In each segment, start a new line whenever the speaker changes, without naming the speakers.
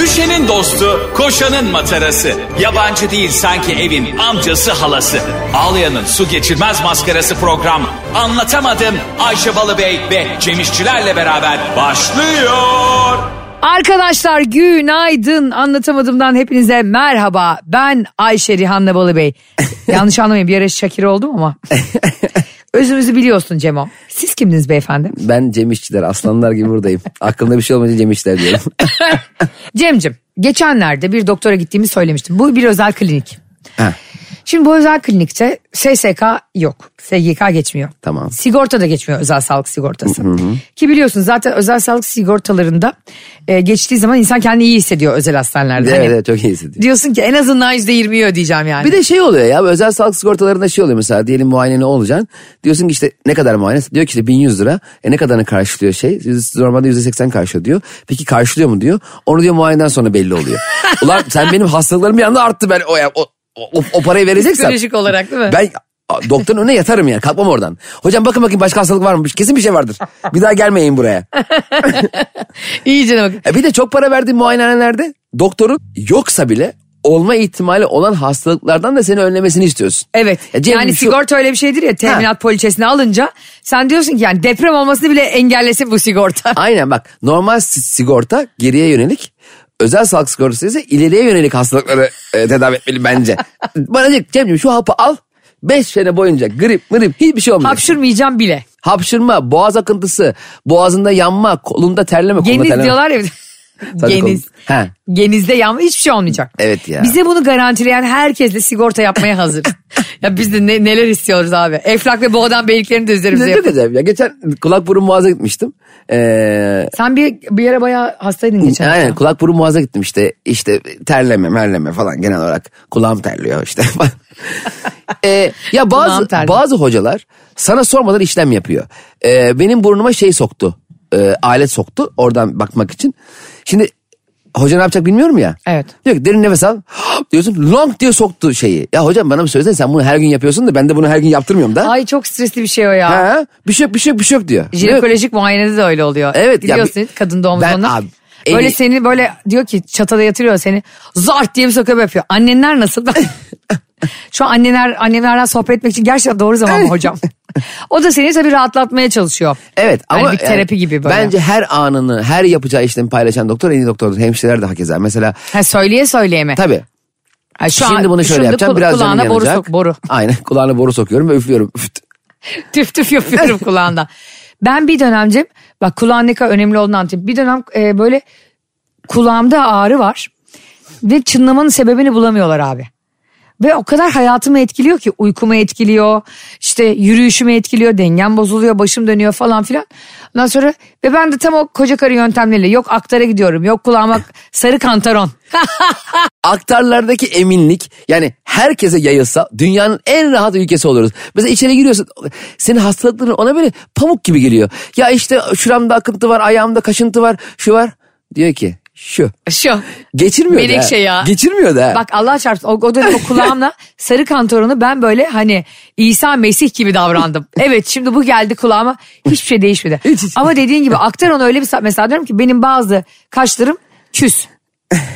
Ayşe'nin dostu, koşanın matarası. Yabancı değil sanki evin amcası halası. Ağlayan'ın su geçirmez maskarası program. Anlatamadım Ayşe Balıbey ve Cemişçilerle beraber başlıyor.
Arkadaşlar günaydın anlatamadığımdan hepinize merhaba. Ben Ayşe Rihanna Balıbey. Yanlış anlamayın bir ara Şakir oldum ama. Özünüzü biliyorsun Cemo. Siz kimdiniz beyefendi?
Ben Cem İşçiler aslanlar gibi buradayım. Aklımda bir şey olmadığı için Cem İşçiler diyorum.
Cem'cim geçenlerde bir doktora gittiğimi söylemiştim. Bu bir özel klinik.
Ha,
Şimdi bu özel klinikte SSK yok. SGK geçmiyor.
Tamam.
Sigorta da geçmiyor özel sağlık sigortası. Ki biliyorsun zaten özel sağlık sigortalarında e, geçtiği zaman insan kendini iyi hissediyor özel hastanelerde.
evet,
Hani
evet çok iyi hissediyorum.
Diyorsun ki en azından %20 ödeyeceğim yani.
Bir de şey oluyor ya özel sağlık sigortalarında şey oluyor mesela diyelim muayene ne olacaksın. Diyorsun ki işte ne kadar muayene? Diyor ki işte 1100 lira. E ne kadarını karşılıyor şey? Yüz- Normalde %80 karşılıyor diyor. Peki karşılıyor mu diyor. Onu diyor muayeneden sonra belli oluyor. Ulan sen benim hastalıklarım bir anda arttı ben o, o, o, o parayı vereceksen.
Psikolojik olarak değil mi?
Ben a, doktorun önüne yatarım yani kalkmam oradan. Hocam bakın bakayım başka hastalık var mı? Kesin bir şey vardır. Bir daha gelmeyin buraya.
İyice de bak.
E bir de çok para verdiğin muayenehanelerde doktorun yoksa bile olma ihtimali olan hastalıklardan da seni önlemesini istiyorsun.
Evet.
Ya Cem'im
yani
şu-
sigorta öyle bir şeydir ya teminat poliçesini alınca sen diyorsun ki yani deprem olmasını bile engellesin bu sigorta.
Aynen bak normal si- sigorta geriye yönelik özel sağlık sigortası ise ileriye yönelik hastalıkları e, tedavi etmeli bence. Bana diyor ki, Cemciğim şu hapı al 5 sene boyunca grip mırip hiçbir şey olmuyor.
Hapşırmayacağım bile.
Hapşırma, boğaz akıntısı, boğazında yanma, kolunda terleme. kolunda
Geniz
terleme.
diyorlar ya. bir de.
Tabii
Geniz.
kolum. Ha.
Genizde yanma hiçbir şey olmayacak.
Evet ya.
Bize bunu garantileyen herkesle sigorta yapmaya hazır. ya biz de ne- neler istiyoruz abi. Eflak ve boğadan beyliklerini de üzerimize
Ne
yapın.
diyeceğim ya? Geçen kulak burun boğaza gitmiştim. Ee,
Sen bir, bir yere bayağı hastaydın geçen.
Aynen kulak burun boğaza gittim işte işte terleme merleme falan genel olarak kulağım terliyor işte. Ee, ya
Kulağım
bazı
terliyor.
bazı hocalar sana sormadan işlem yapıyor. Ee, benim burnuma şey soktu e, alet soktu oradan bakmak için. Şimdi hoca ne yapacak bilmiyorum ya.
Evet.
Diyor ki derin nefes al diyorsun long diye soktu şeyi. Ya hocam bana bir söylesene sen bunu her gün yapıyorsun da ben de bunu her gün yaptırmıyorum da.
Ay çok stresli bir şey o ya.
Ha, bir şey yok, bir şey yok, bir şey yok diyor.
Jinekolojik muayenede de öyle oluyor.
Evet, ya
Gidiyorsun
bir-
kadın doğum
Ben
uzmanına.
abi, en
Böyle
iyi-
seni böyle diyor ki çatada yatırıyor seni. Zart diye bir sokup yapıyor. Annenler nasıl? Şu an anneler, annelerden sohbet etmek için gerçekten doğru zaman mı hocam? O da seni tabii rahatlatmaya çalışıyor.
Evet
Yani
ama
Hani bir terapi gibi böyle.
Bence her anını, her yapacağı işlemi paylaşan doktor en iyi doktordur. Hemşireler de hakeza. Mesela
Ha, söyleye söyleye mi?
tabii
Ha, şu
şimdi
an-
bunu şöyle
şimdi
yapacağım.
kul-
Biraz canım
kulağına boru,
yanacak.
sok, boru.
Aynen kulağına boru sokuyorum ve üflüyorum. Üft.
tüf tüf yapıyorum kulağında. Ben bir dönemcim bak kulağın ne kadar önemli olduğunu anlatayım. Bir dönem e, böyle kulağımda ağrı var ve çınlamanın sebebini bulamıyorlar abi. Ve o kadar hayatımı etkiliyor ki uykumu etkiliyor, işte yürüyüşümü etkiliyor, dengem bozuluyor, başım dönüyor falan filan. Ondan sonra ve ben de tam o koca karı yöntemleriyle yok aktara gidiyorum, yok kulağıma sarı kantaron.
Aktarlardaki eminlik yani herkese yayılsa dünyanın en rahat ülkesi oluruz. Mesela içeri giriyorsun senin hastalıkların ona böyle pamuk gibi geliyor. Ya işte şuramda akıntı var, ayağımda kaşıntı var, şu var. Diyor ki şu.
Şu.
Geçirmiyor da.
Menekşe ya.
Geçirmiyor da.
Bak Allah çarpsın o, o dönem o kulağımla sarı kantorunu ben böyle hani İsa Mesih gibi davrandım. Evet şimdi bu geldi kulağıma hiçbir şey değişmedi.
Hiç, hiç.
Ama dediğin gibi aktar onu öyle bir sa- mesela diyorum ki benim bazı kaşlarım küs.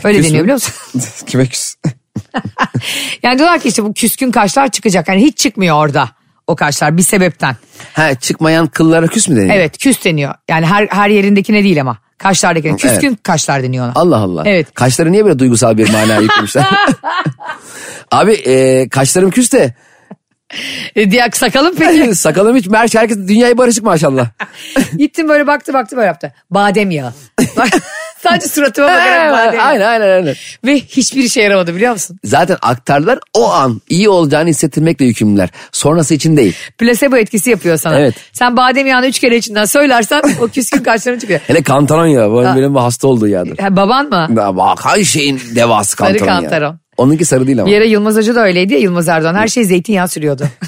Öyle
Küs mü?
deniyor biliyor musun?
Kime küs?
Yani diyorlar ki işte bu küskün kaşlar çıkacak. Hani hiç çıkmıyor orada o kaşlar bir sebepten.
Ha çıkmayan kıllara küs mü deniyor?
Evet küs deniyor. Yani her, her yerindekine değil ama kaşlardakine. Küskün kaşlar deniyor ona.
Allah Allah.
Evet.
Kaşları niye böyle duygusal bir mana yüklemişler? Abi e, kaşlarım küs de
E, diğer sakalım peki.
sakalım hiç merş herkes dünyayı barışık maşallah.
Gittim böyle baktı baktı böyle yaptı. Badem yağı. Sadece suratıma bakarak badem yağı.
aynen aynen aynen.
Ve hiçbir işe yaramadı biliyor musun?
Zaten aktarlar o an iyi olacağını hissettirmekle yükümlüler. Sonrası için değil.
Plasebo etkisi yapıyor sana.
Evet.
Sen badem yağını üç kere içinden söylersen o küskün kaşların çıkıyor.
Hele kantaron ya benim, benim hasta olduğu yağdır.
Ha, baban mı?
Ya Bak her şeyin devası
Sarı
kantaron ya.
kantaron.
Onunki sarı değil ama.
Bir yere Yılmaz Hoca da öyleydi ya Yılmaz Erdoğan. Her şey zeytinyağı sürüyordu.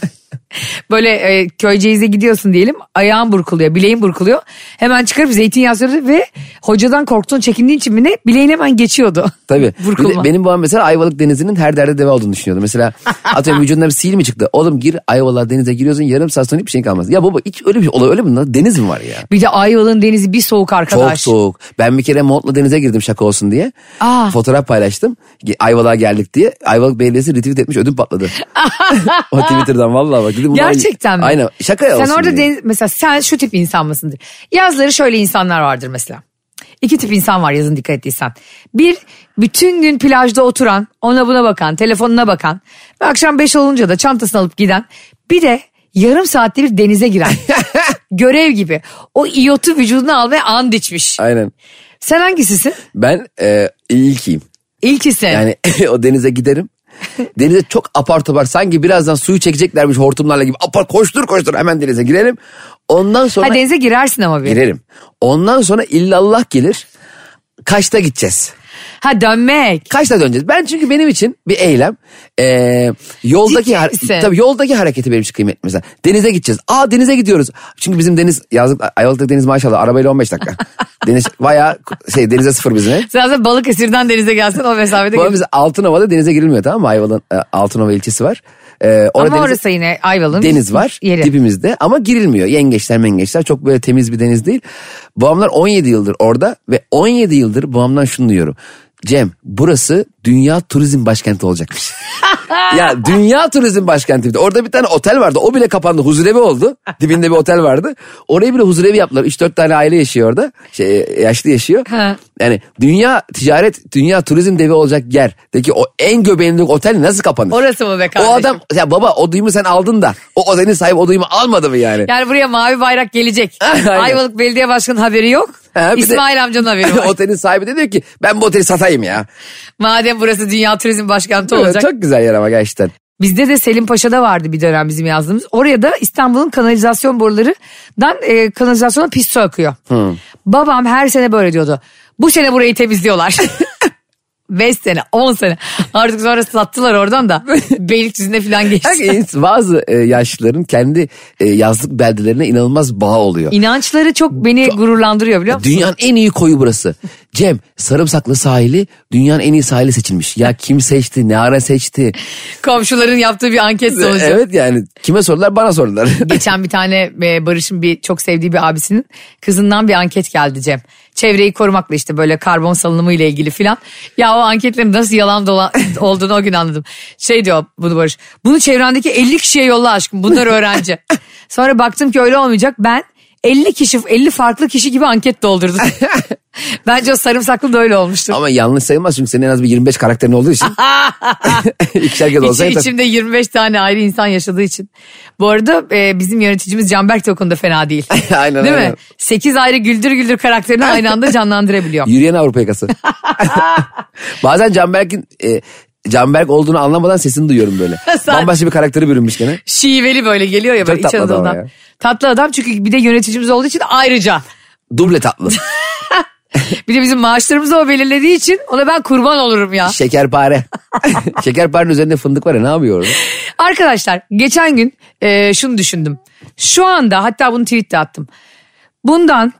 Böyle e, köyceğize gidiyorsun diyelim. Ayağın burkuluyor, bileğin burkuluyor. Hemen çıkarıp zeytinyağı sürüyordu ve hocadan korktuğun çekindiğin için mi ne bileğin hemen geçiyordu.
Tabii. Bir de
Burkulma.
benim babam mesela Ayvalık Denizi'nin her derde deve olduğunu düşünüyordu. Mesela atıyorum vücudunda bir sil mi çıktı? Oğlum gir Ayvalık Denize giriyorsun yarım saat sonra hiçbir şey kalmaz. Ya baba hiç öyle bir şey olay öyle mi? lan? Deniz mi var ya?
Bir de Ayvalık'ın denizi bir soğuk
Çok
arkadaş.
soğuk. Ben bir kere montla denize girdim şaka olsun diye.
Aa.
Fotoğraf paylaştım. Ge- Ayvalık'a geldik diye. Ayvalık Belediyesi retweet etmiş ödüm patladı. o Twitter'dan vallahi bak. Dedim, bunlar-
Gerçekten mi?
Aynen şaka ya
Sen
olsun
orada
diye.
deniz, mesela sen şu tip insan mısındır? Yazları şöyle insanlar vardır mesela. İki tip insan var yazın dikkat ettiysen. Bir bütün gün plajda oturan ona buna bakan telefonuna bakan ve akşam beş olunca da çantasını alıp giden bir de yarım saatte bir denize giren görev gibi o iyotu vücuduna almaya and içmiş.
Aynen.
Sen hangisisin?
Ben e, ilkiyim.
İlkisi.
Yani o denize giderim. Denize çok apar topar sanki birazdan suyu çekeceklermiş hortumlarla gibi. Apar koştur koştur hemen denize girelim. Ondan sonra
ha, denize girersin ama bir.
girerim. Ondan sonra illallah gelir. Kaçta gideceğiz?
Ha dönmek.
Kaçta döneceğiz? Ben çünkü benim için bir eylem. Ee, yoldaki
Ciddi
har-
misin?
tabii yoldaki hareketi benim için kıymetli mesela. Denize gideceğiz. Aa denize gidiyoruz. Çünkü bizim deniz yazlık Ayvalık'taki deniz maşallah arabayla 15 dakika. deniz bayağı şey denize sıfır bizim ev.
Sen zaten Balıkesir'den denize gelsen o mesafede
Bu arada
gir-
biz Altınova'da denize girilmiyor tamam mı? Ayvalık'ın e, Altınova ilçesi var. Ee, orada
Ama
denize-
orası yine Ayvalık'ın
deniz var
yeri.
dibimizde ama girilmiyor. Yengeçler mengeçler çok böyle temiz bir deniz değil. Babamlar 17 yıldır orada ve 17 yıldır babamdan şunu duyuyorum. Cem burası dünya turizm başkenti olacakmış. ya dünya turizm başkentiydi. Orada bir tane otel vardı. O bile kapandı. Huzurevi oldu. Dibinde bir otel vardı. Orayı bile huzurevi yaptılar. 3-4 tane aile yaşıyor orada. Şey, yaşlı yaşıyor.
Ha.
Yani dünya ticaret, dünya turizm devi olacak yer. De ki o en göbeğindeki otel nasıl kapanır?
Orası mı be
O
kardeşim?
adam ya baba o duyumu sen aldın da o odanın sahibi o duyumu almadı mı yani?
Yani buraya mavi bayrak gelecek.
Aynen.
Ayvalık Belediye Başkanı haberi yok.
Ha, bir de-
İsmail amcanın haberi var.
Otelin sahibi de diyor ki ben bu oteli satayım ya.
Madem burası Dünya Turizm Başkenti olacak.
Çok güzel yer ama gerçekten.
Bizde de Selim Paşa'da vardı bir dönem bizim yazdığımız. Oraya da İstanbul'un kanalizasyon borularından e, kanalizasyona pis su akıyor.
Hmm.
Babam her sene böyle diyordu. Bu sene burayı temizliyorlar. 5 sene 10 sene artık sonra sattılar oradan da Beylikdüzü'ne falan geçti.
Herkes- Bazı e, yaşlıların kendi e, yazlık beldelerine inanılmaz bağ oluyor.
İnançları çok beni gururlandırıyor biliyor musun?
Dünyanın en iyi koyu burası. Cem sarımsaklı sahili dünyanın en iyi sahili seçilmiş. Ya kim seçti ne ara seçti. E,
Komşuların yaptığı bir anket sonucu.
Evet yani kime sordular bana sordular.
Geçen bir tane e, Barış'ın bir çok sevdiği bir abisinin kızından bir anket geldi Cem. Çevreyi korumakla işte böyle karbon salınımı ile ilgili filan. Ya o anketlerin nasıl yalan dolan olduğunu o gün anladım. Şey diyor bunu Barış. Bunu çevrendeki 50 kişiye yolla aşkım. Bunlar öğrenci. Sonra baktım ki öyle olmayacak. Ben 50 kişi 50 farklı kişi gibi anket doldurdum. Bence o sarımsaklı da öyle olmuştu.
Ama yanlış sayılmaz çünkü senin en az bir 25 karakterin olduğu için. İkişer kez olsa
İçi-
yeter.
içimde 25 tane ayrı insan yaşadığı için. Bu arada e, bizim yöneticimiz Canberk de o konuda fena değil.
Aynen,
değil
aynen.
mi? 8 ayrı güldür güldür karakterini aynı anda canlandırabiliyor.
Yürüyen Avrupa yakası. Bazen Canberk'in e, Canberk olduğunu anlamadan sesini duyuyorum böyle.
Sen-
Bambaşka bir karakteri bürünmüş gene.
Şiveli böyle geliyor ya böyle
Çok
iç
tatlı adam
Anadolu'dan.
ya.
Tatlı adam çünkü bir de yöneticimiz olduğu için ayrıca.
Duble tatlı.
Bir de bizim maaşlarımızı o belirlediği için ona ben kurban olurum ya.
Şekerpare. Şekerparenin üzerinde fındık var ya ne yapıyor orada?
Arkadaşlar geçen gün e, şunu düşündüm. Şu anda hatta bunu tweette attım. Bundan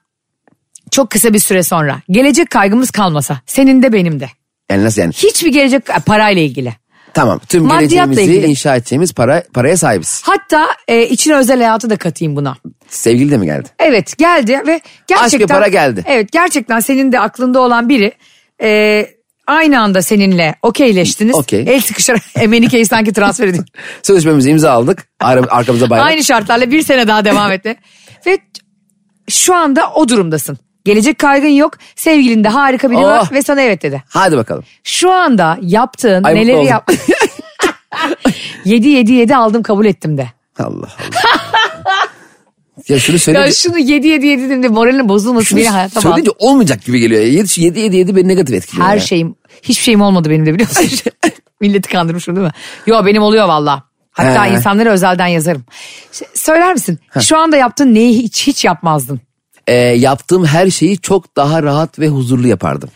çok kısa bir süre sonra gelecek kaygımız kalmasa senin de benim de.
Yani nasıl yani?
Hiçbir gelecek e, parayla ilgili.
Tamam tüm
Maddiyatla
geleceğimizi
ilgili.
inşa edeceğimiz para, paraya sahibiz.
Hatta e, içine özel hayatı da katayım buna.
Sevgili de mi geldi?
Evet geldi ve gerçekten...
Aşk ve para geldi.
Evet gerçekten senin de aklında olan biri e, aynı anda seninle okeyleştiniz.
Okey.
El sıkışarak Emenike'yi sanki transfer edin.
Sözleşmemizi imza aldık. Ar- Arkamıza bayrak.
aynı şartlarla bir sene daha devam etti. ve şu anda o durumdasın. Gelecek kaygın yok. Sevgilin de harika biri var
Oh.
ve sana evet dedi.
Hadi bakalım.
Şu anda yaptığın
Ay, mutlu
neleri
oldum.
yap... 7 7 7 aldım kabul ettim de.
Allah Allah. ya şunu söyle.
Ya şunu 7 7 7 dedim de moralin bozulmasın
şunu
beni hayata bağlı.
söyleyince olmayacak gibi geliyor. 7 7 7, 7 beni negatif etkiliyor.
Her
ya.
şeyim, hiçbir şeyim olmadı benim de biliyor musun? Milleti kandırmışım değil mi? Yo benim oluyor valla. Hatta
He.
insanlara özelden yazarım. Ş- Söyler misin? Şu anda yaptığın neyi hiç hiç yapmazdın?
e, yaptığım her şeyi çok daha rahat ve huzurlu yapardım.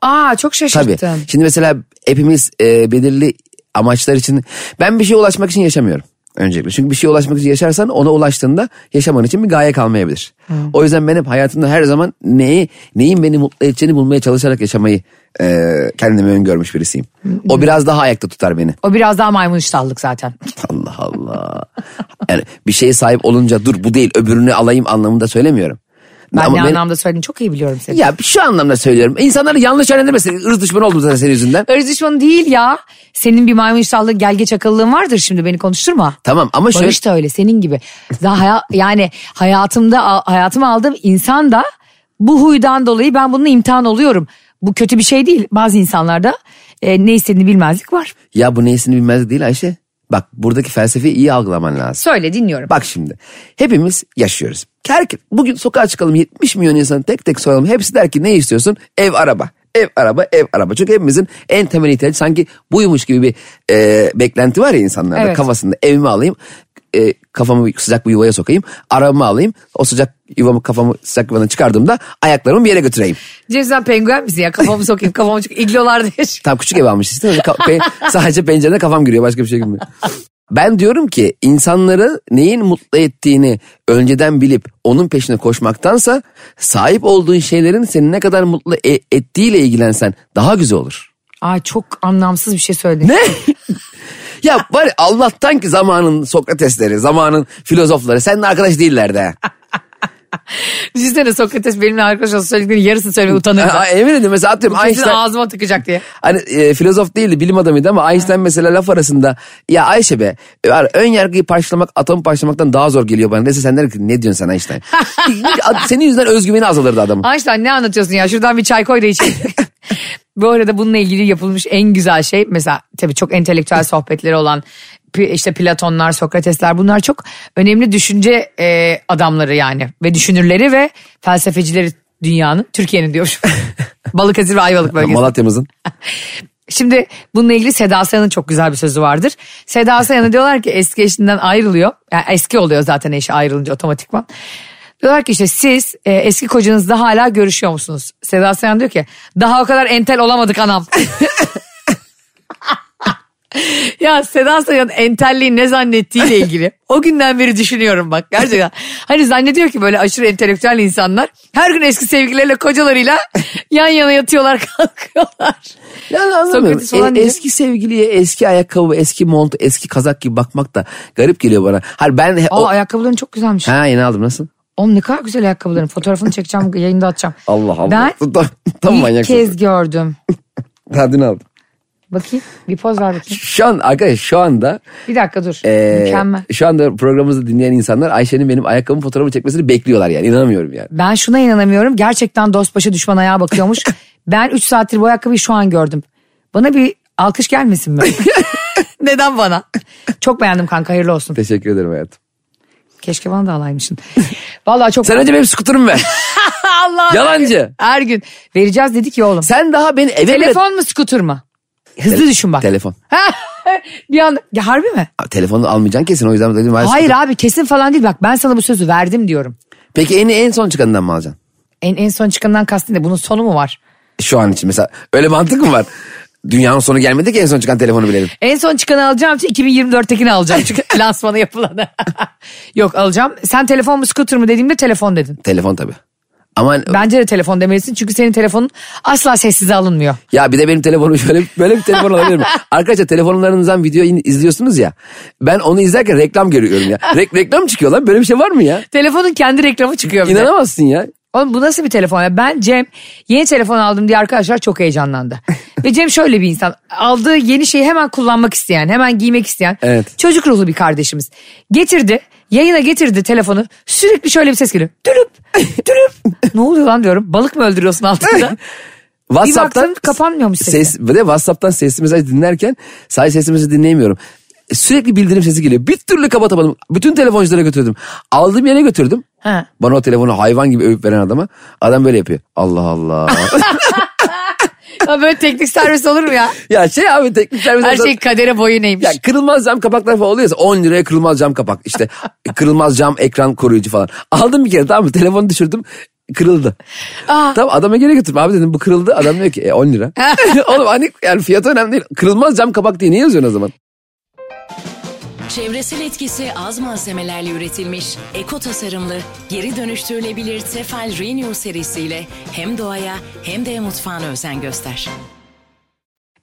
Aa çok
Tabii.
şaşırttın.
Şimdi mesela hepimiz e, belirli amaçlar için ben bir şeye ulaşmak için yaşamıyorum. Öncelikle. Çünkü bir şeye ulaşmak için yaşarsan ona ulaştığında yaşaman için bir gaye kalmayabilir. O yüzden ben hep hayatımda her zaman neyi, neyin beni mutlu edeceğini bulmaya çalışarak yaşamayı e, kendime öngörmüş birisiyim. O biraz daha ayakta tutar beni.
O biraz daha maymun iştahlık zaten.
Allah Allah. Yani bir şeye sahip olunca dur bu değil öbürünü alayım anlamında söylemiyorum.
Ben
Ama
ne
benim-
anlamda söyledim çok iyi biliyorum seni.
Ya şu anlamda söylüyorum. İnsanları yanlış yönlendirmesin. Irz düşmanı oldum zaten senin yüzünden.
Irz düşmanı değil ya. Senin bir maymun iştahlı gelge çakallığın vardır şimdi beni konuşturma.
Tamam ama şöyle...
Barış da öyle senin gibi. Daha haya- yani hayatımda hayatıma aldığım insan da bu huydan dolayı ben bununla imtihan oluyorum. Bu kötü bir şey değil. Bazı insanlarda e, ne istediğini bilmezlik var.
Ya bu neyisini bilmez değil Ayşe. Bak buradaki felsefeyi iyi algılaman lazım.
Söyle dinliyorum.
Bak şimdi hepimiz yaşıyoruz. Her, bugün sokağa çıkalım 70 milyon insanı tek tek soralım. Hepsi der ki ne istiyorsun? Ev, araba. Ev, araba, ev, araba. Çünkü hepimizin en temel ihtiyacı sanki buymuş gibi bir e, beklenti var ya insanlarda
Evet.
kafasında. Evimi alayım, e, kafamı sıcak bir yuvaya sokayım, arabamı alayım. O sıcak yuvamı kafamı sıcak yuvadan çıkardığımda ayaklarımı bir yere götüreyim.
Cevizden penguen misin ya? Kafamı sokayım kafamı çık. İglolarda yaşıyor.
Tam küçük ev almış işte. Ka- pe- Sadece pencereden kafam giriyor başka bir şey girmiyor. Ben diyorum ki insanları neyin mutlu ettiğini önceden bilip onun peşine koşmaktansa sahip olduğun şeylerin seni ne kadar mutlu e- ettiğiyle ilgilensen daha güzel olur.
Ay çok anlamsız bir şey söyledin.
Ne? ya var ya, Allah'tan ki zamanın Sokratesleri, zamanın filozofları seninle arkadaş değiller de.
Düşünsene Sokrates benimle arkadaş olsa söylediklerinin yarısını söylemeye utanırdı.
Ha, Emin ediyorum mesela atıyorum
Kesin
Einstein,
ağzıma tıkacak diye.
Hani e, filozof değildi bilim adamıydı ama Einstein mesela laf arasında ya Ayşe be var, ön yargıyı parçalamak atom parçalamaktan daha zor geliyor bana dese sen der ki ne diyorsun sen Einstein. Senin yüzünden özgüveni azalırdı adamın.
Einstein ne anlatıyorsun ya şuradan bir çay koy da içelim. Bu arada bununla ilgili yapılmış en güzel şey mesela tabii çok entelektüel sohbetleri olan pi- işte Platonlar, Sokratesler bunlar çok önemli düşünce e, adamları yani ve düşünürleri ve felsefecileri dünyanın, Türkiye'nin diyor. Balıkesir ve Ayvalık bölgesi.
Malatya'mızın.
Şimdi bununla ilgili Seda Sayan'ın çok güzel bir sözü vardır. Seda Sayan'a diyorlar ki eski eşinden ayrılıyor. Yani eski oluyor zaten eşi ayrılınca otomatikman. Diyorlar ki işte siz e, eski kocanızla hala görüşüyor musunuz? Seda Sayan diyor ki daha o kadar entel olamadık anam. ya Seda Sayan entelliği ne zannettiğiyle ilgili. O günden beri düşünüyorum bak gerçekten. Hani zannediyor ki böyle aşırı entelektüel insanlar her gün eski sevgilileriyle kocalarıyla yan yana yatıyorlar kalkıyorlar.
Yani anlamıyorum.
Sokrates falan
E,
diye.
eski sevgiliye eski ayakkabı, eski mont, eski kazak gibi bakmak da garip geliyor bana. Hayır ben... he-
Aa
o-
ayakkabıların çok güzelmiş.
ha yeni aldım nasıl?
Oğlum ne kadar güzel ayakkabıların. Fotoğrafını çekeceğim yayında atacağım.
Allah Allah.
Ben
tam, tam
ilk
manyak.
kez gördüm.
Daha dün aldım.
Bakayım bir poz ver bakayım.
Şu an arkadaş şu anda
Bir dakika dur.
Ee,
Mükemmel.
Şu anda programımızı dinleyen insanlar Ayşe'nin benim ayakkabım fotoğrafı çekmesini bekliyorlar yani inanamıyorum yani.
Ben şuna inanamıyorum. Gerçekten dost başı düşman ayağa bakıyormuş. ben 3 saattir bu ayakkabıyı şu an gördüm. Bana bir alkış gelmesin mi? Neden bana? Çok beğendim kanka hayırlı olsun.
Teşekkür ederim hayatım.
Keşke bana da alaymışsın. Vallahi çok...
Sen önce benim skuterimi ver.
Allah
Yalancı.
Her gün vereceğiz dedik ya oğlum.
Sen daha beni eve bile-
Telefon mu skuter mı? Hızlı
Tele-
düşün bak.
Telefon.
bir anda ya harbi mi?
Abi, telefonu almayacaksın kesin o yüzden dedim.
Hayır abi kesin falan değil bak ben sana bu sözü verdim diyorum.
Peki en, en son çıkanından mı alacaksın?
En en son çıkandan kastın ne bunun sonu mu var?
Şu an için mesela öyle mantık mı var? Dünyanın sonu gelmedi ki en son çıkan telefonu bilelim.
En son çıkanı alacağım için 2024'tekini alacağım çünkü lansmanı yapılanı. Yok alacağım. Sen telefon mu scooter mu dediğimde telefon dedin.
Telefon tabii. Aman
Bence de telefon demelisin çünkü senin telefonun asla sessize alınmıyor.
Ya bir de benim telefonum şöyle böyle bir telefon olabilir mi? Arkadaşlar telefonlarınızdan video in- izliyorsunuz ya. Ben onu izlerken reklam görüyorum ya. Re- reklam çıkıyor lan böyle bir şey var mı ya?
Telefonun kendi reklamı çıkıyor bir de.
İnanamazsın ya.
Oğlum bu nasıl bir telefon ya? Ben Cem yeni telefon aldım diye arkadaşlar çok heyecanlandı. Ve Cem şöyle bir insan. Aldığı yeni şeyi hemen kullanmak isteyen, hemen giymek isteyen.
Evet.
Çocuk ruhlu bir kardeşimiz. Getirdi, yayına getirdi telefonu. Sürekli şöyle bir ses geliyor. Dülüp, dülüp. ne oluyor lan diyorum. Balık mı öldürüyorsun altında? bir baktım kapanmıyormuş sesi.
Ses, bir de WhatsApp'tan sesli mesaj dinlerken sadece sesli mesajı dinleyemiyorum. E, Sürekli bildirim sesi geliyor. Bir türlü kapatamadım. Bütün telefonculara götürdüm. Aldığım yere götürdüm.
He.
Bana o telefonu hayvan gibi övüp veren adama. Adam böyle yapıyor. Allah Allah.
Ya böyle teknik servis olur mu ya?
ya şey abi teknik servis
Her şey kadere boyun eğmiş.
Ya kırılmaz cam kapaklar falan oluyorsa 10 liraya kırılmaz cam kapak. İşte kırılmaz cam ekran koruyucu falan. Aldım bir kere tamam mı? Telefonu düşürdüm kırıldı.
Aa.
Tamam adama geri götürdüm. Abi dedim bu kırıldı. Adam diyor ki e, 10 lira. Oğlum hani yani fiyatı önemli değil. Kırılmaz cam kapak diye niye yazıyorsun o zaman?
Çevresel etkisi az malzemelerle üretilmiş, eko tasarımlı, geri dönüştürülebilir Tefal Renew serisiyle hem doğaya hem de mutfağına özen göster.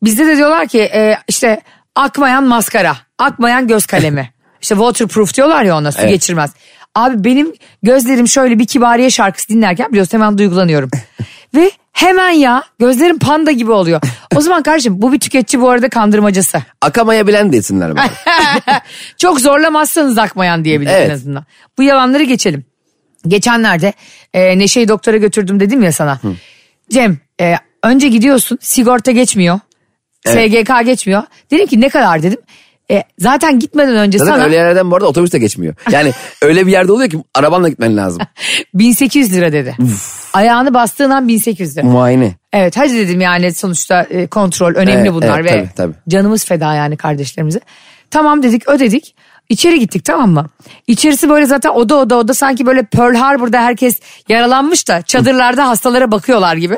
Bizde de diyorlar ki e, işte akmayan maskara, akmayan göz kalemi. işte waterproof diyorlar ya ona su
Evet.
geçirmez. Abi benim gözlerim şöyle bir kibariye şarkısı dinlerken biliyorsun hemen duygulanıyorum. Ve hemen ya gözlerim panda gibi oluyor. O zaman kardeşim bu bir tüketici bu arada kandırmacası.
Akamayabilen desinler bana.
Çok zorlamazsanız akmayan diyebilir en
Evet.
azından. Bu yalanları geçelim. Geçenlerde e, Neşe'yi doktora götürdüm dedim ya sana. Cem e, önce gidiyorsun sigorta geçmiyor. SGK geçmiyor. Dedim ki ne kadar dedim. E, zaten gitmeden önce
Zaten
sana
öyle yerlerden bu arada otobüs de geçmiyor. Yani öyle bir yerde oluyor ki arabanla gitmen lazım.
1800 lira dedi. Ayağını bastığın an 1800 lira.
Muayene.
Evet hadi dedim yani sonuçta e, kontrol önemli
Evet,
bunlar
evet,
ve
tabii, tabii.
canımız feda yani kardeşlerimize. Tamam dedik ödedik. İçeri gittik tamam mı? İçerisi böyle zaten oda oda oda sanki böyle Pearl Harbor'da herkes yaralanmış da çadırlarda hastalara bakıyorlar gibi.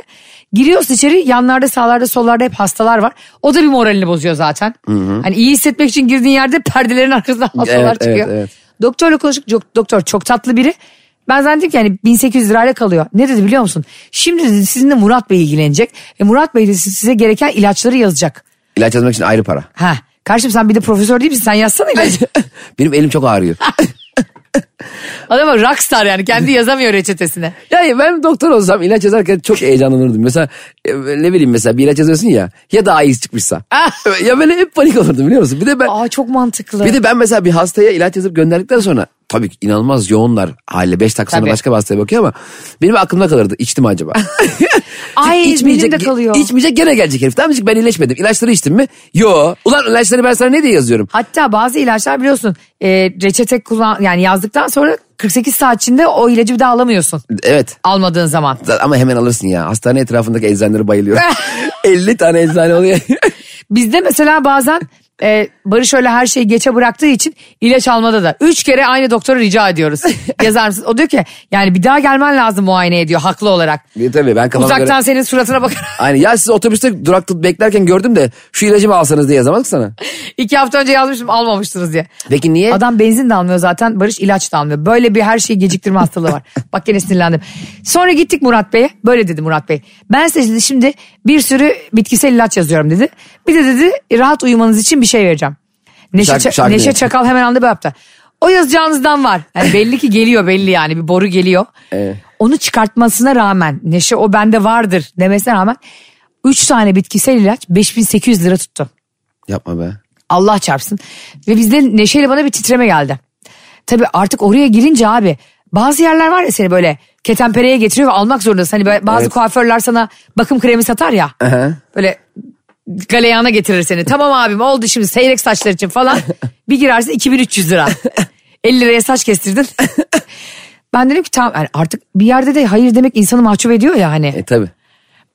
Giriyorsun içeri yanlarda sağlarda sollarda hep hastalar var. O da bir moralini bozuyor zaten. Hani iyi hissetmek için girdiğin yerde perdelerin arkasından hastalar
Evet, evet,
çıkıyor.
evet.
Doktorla konuştuk. Çok- Doktor çok tatlı biri. Ben zannettim ki hani yani 1800 lirayla kalıyor. Ne dedi biliyor musun? Şimdi dedi sizinle Murat Bey ilgilenecek. E Murat Bey de size gereken ilaçları yazacak.
İlaç yazmak için ayrı para.
Ha. Karşım sen bir de profesör değil misin? Sen yazsana ilacı.
Benim elim çok ağrıyor.
Adama rockstar yani kendi yazamıyor reçetesine.
Yani ben doktor olsam ilaç yazarken çok heyecanlanırdım. Mesela e, ne bileyim mesela bir ilaç yazıyorsun ya ya daha iyi çıkmışsa.
Ah.
ya böyle hep panik olurdum biliyor musun? Bir de ben
Aa çok mantıklı.
bir de ben mesela bir hastaya ilaç yazıp gönderdikten sonra tabii ki inanılmaz yoğunlar hale 5 dakika sonra
Tabii.
başka bir hastaya bakıyor ama benim aklımda kalırdı içtim acaba.
Ay, benim de
ge-
kalıyor.
İçmeyecek gene gelecek herif. Tamam ben iyileşmedim. İlaçları içtim mi? Yo. Ulan ilaçları ben sana ne diye yazıyorum?
Hatta bazı ilaçlar biliyorsun e, reçete kullan yani yazdıktan sonra 48 saat içinde o ilacı bir daha alamıyorsun.
Evet.
Almadığın zaman.
Ama hemen alırsın ya. Hastane etrafındaki eczanelere bayılıyorum. 50 tane eczane oluyor.
Bizde mesela bazen e, Barış öyle her şeyi geçe bıraktığı için ilaç almada da üç kere aynı doktora rica ediyoruz. Yazar mısınız? O diyor ki yani bir daha gelmen lazım muayene ediyor haklı olarak.
E, Tabii ben kafama
Uzaktan
göre...
senin suratına bakar.
Aynen. Ya siz otobüste durakta beklerken gördüm de şu ilacı mı alsanız diye yazamadık sana.
İki hafta önce yazmıştım almamıştınız diye.
Peki niye?
Adam benzin de almıyor zaten Barış ilaç da almıyor. Böyle bir her şeyi geciktirme hastalığı var. Bak gene sinirlendim. Sonra gittik Murat Bey'e. Böyle dedi Murat Bey. Ben size dedi şimdi bir sürü bitkisel ilaç yazıyorum dedi. Bir de dedi rahat uyumanız için bir şey vereceğim. Neşe,
Şarkı-
Ça-
şarkı
Neşe
dinle.
Çakal hemen anda böyle yaptı. O yazacağınızdan var. Yani belli ki geliyor belli yani bir boru geliyor.
Evet.
Onu çıkartmasına rağmen Neşe o bende vardır demesine rağmen 3 tane bitkisel ilaç 5800 lira tuttu.
Yapma be.
Allah çarpsın. Ve bizde neşeyle bana bir titreme geldi. Tabii artık oraya girince abi bazı yerler var ya seni böyle ketenpereye getiriyor ve almak zorundasın. Hani böyle bazı
Evet.
kuaförler sana bakım kremi satar ya.
Aha.
Böyle galeyana getirir seni. Tamam abim oldu şimdi seyrek saçlar için falan. Bir girersin 2300 lira. 50 liraya saç kestirdin. ben dedim ki tamam yani artık bir yerde de hayır demek insanı mahcup ediyor ya hani.
E tabii.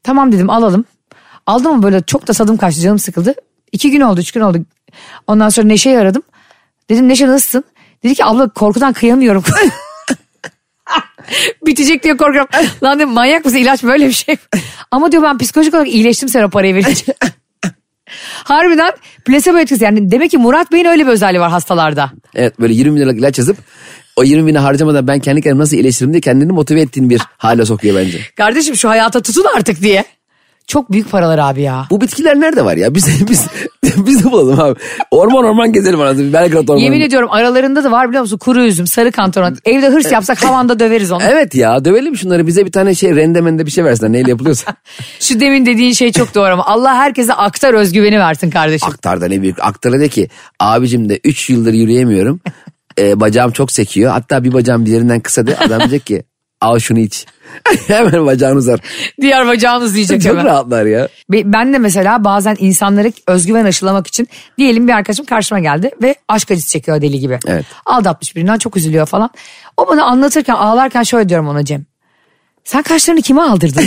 Tamam dedim alalım. Aldım ama böyle çok da tadım kaçtı canım sıkıldı. İki gün oldu üç gün oldu. Ondan sonra Neşe'yi aradım. Dedim Neşe nasılsın? Dedi ki abla korkudan kıyamıyorum. Bitecek diye korkuyorum. Lan dedim manyak mısın ilaç mı? böyle bir şey. Ama diyor ben psikolojik olarak iyileştim sen o parayı verince. Harbiden plasebo etkisi yani demek ki Murat Bey'in öyle bir özelliği var hastalarda.
Evet böyle 20 bin liralık ilaç yazıp o 20 bini harcamadan ben kendi kendimi nasıl iyileştiririm diye kendini motive ettiğin bir hale sokuyor bence.
Kardeşim şu hayata tutun artık diye. Çok büyük paralar abi ya.
Bu bitkiler nerede var ya? Biz biz biz de bulalım abi. Orman orman gezelim arada. Belgrad ormanı.
Yemin ediyorum aralarında da var biliyor musun? Kuru üzüm, sarı kantaron. Evde hırs yapsak havanda döveriz onu.
Evet ya dövelim şunları bize bir tane şey rendemende bir şey versinler neyle yapılıyorsa.
Şu demin dediğin şey çok doğru ama Allah herkese aktar özgüveni versin kardeşim.
Aktar'da ne büyük. Aktar'a de ki abicim de 3 yıldır yürüyemiyorum. Ee, bacağım çok sekiyor. Hatta bir bacağım bir yerinden kısa de adam diyecek ki al şunu iç. Hemen bacağını uzar.
Diğer bacağınız diyecek
Çok
hemen.
rahatlar ya.
Be- Ben de mesela bazen insanlara özgüven aşılamak için diyelim bir arkadaşım karşıma geldi ve aşk acısı çekiyor deli gibi.
Evet.
Aldatmış birinden çok üzülüyor falan. O bana anlatırken ağlarken şöyle diyorum ona Cem. Sen kaşlarını kime aldırdın?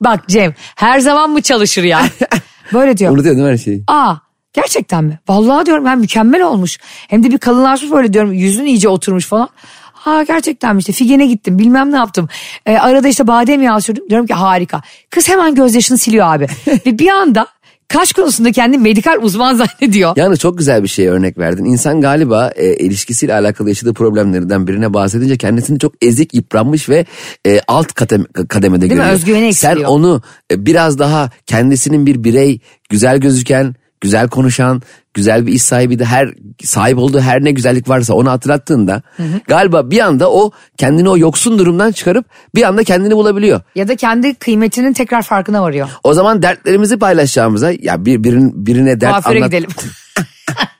Bak Cem her zaman mı çalışır ya? Böyle diyor.
Unutuyor değil mi her şeyi?
Aa gerçekten mi? Vallahi diyorum ben mükemmel olmuş. Hem de bir kalınlaşmış böyle diyorum yüzün iyice oturmuş falan. Ha gerçekten işte figene gittim bilmem ne yaptım. Ee, arada işte badem yağı sürdüm diyorum ki harika. Kız hemen gözyaşını siliyor abi. Ve bir anda kaş konusunda kendini medikal uzman zannediyor.
Yalnız çok güzel bir şeye örnek verdin. İnsan galiba e, ilişkisiyle alakalı yaşadığı problemlerinden birine bahsedince kendisini çok ezik, yıpranmış ve e, alt katem- kademede
mi?
görüyor.
Özgüveni
Sen
eksiliyor.
onu e, biraz daha kendisinin bir birey, güzel gözüken, güzel konuşan, güzel bir iş sahibi de her sahip olduğu her ne güzellik varsa onu hatırlattığında galiba bir anda o kendini o yoksun durumdan çıkarıp bir anda kendini bulabiliyor.
Ya da kendi kıymetinin tekrar farkına varıyor.
O zaman dertlerimizi paylaşacağımıza ya bir, birin, birine dert
Kuaföre
anlat.
gidelim.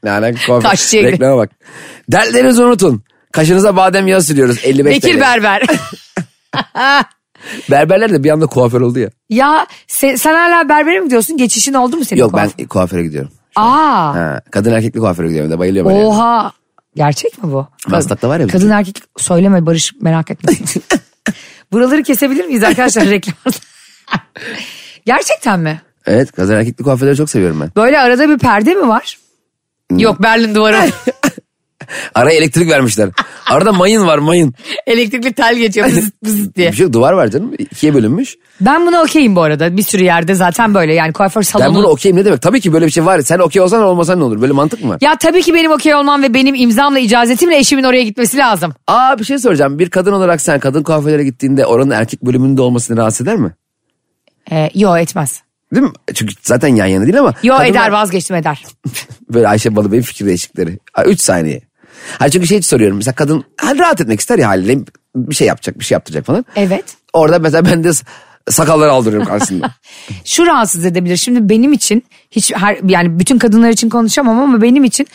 Ne alaka kuaför?
Kaşçıya gidelim.
Reklama bak. Dertlerinizi unutun. Kaşınıza badem yağı sürüyoruz 55
Bekir
TL.
Berber.
Berberler de bir anda kuaför oldu ya.
ya se- sen hala berbere mi gidiyorsun? Geçişin oldu mu senin?
Yok
kuaför?
ben kuaföre gidiyorum.
Aa.
Ha, kadın erkekli kuaföre gidiyorum da bayılıyorum. öyle.
Oha. Gerçek mi bu?
Maslak'ta var ya bizim.
Kadın erkek söyleme Barış merak etmesin. Buraları kesebilir miyiz arkadaşlar reklam? Gerçekten mi?
Evet kadın erkekli kuaförleri çok seviyorum ben.
Böyle arada bir perde mi var? Hmm. Yok Berlin duvarı.
Araya elektrik vermişler. Arada mayın var mayın.
Elektrikli tel geçiyor vızıt vızıt diye.
Bir şey yok, duvar var canım. İkiye bölünmüş.
Ben buna okeyim bu arada. Bir sürü yerde zaten böyle yani kuaför salonu.
Ben bunu okeyim ne demek? Tabii ki böyle bir şey var. Sen okey olsan olmasan ne olur? Böyle mantık mı?
Ya tabii ki benim okey olmam ve benim imzamla icazetimle eşimin oraya gitmesi lazım.
Aa bir şey soracağım. Bir kadın olarak sen kadın kuaförlere gittiğinde oranın erkek bölümünde olmasını rahatsız eder mi?
Ee, yo etmez.
Değil mi? Çünkü zaten yan yana değil ama.
Yo
kadınlar-
eder vazgeçtim eder.
Böyle Ayşe Balıbey'in fikir değişikleri. 3 saniye. Ha çünkü şey soruyorum. Mesela kadın ha, rahat etmek ister ya haliyle. Bir şey yapacak, bir şey yaptıracak falan.
Evet.
Orada mesela ben de s- sakalları aldırıyorum karşısında.
Şu rahatsız edebilir. Şimdi benim için hiç her, yani bütün kadınlar için konuşamam ama benim için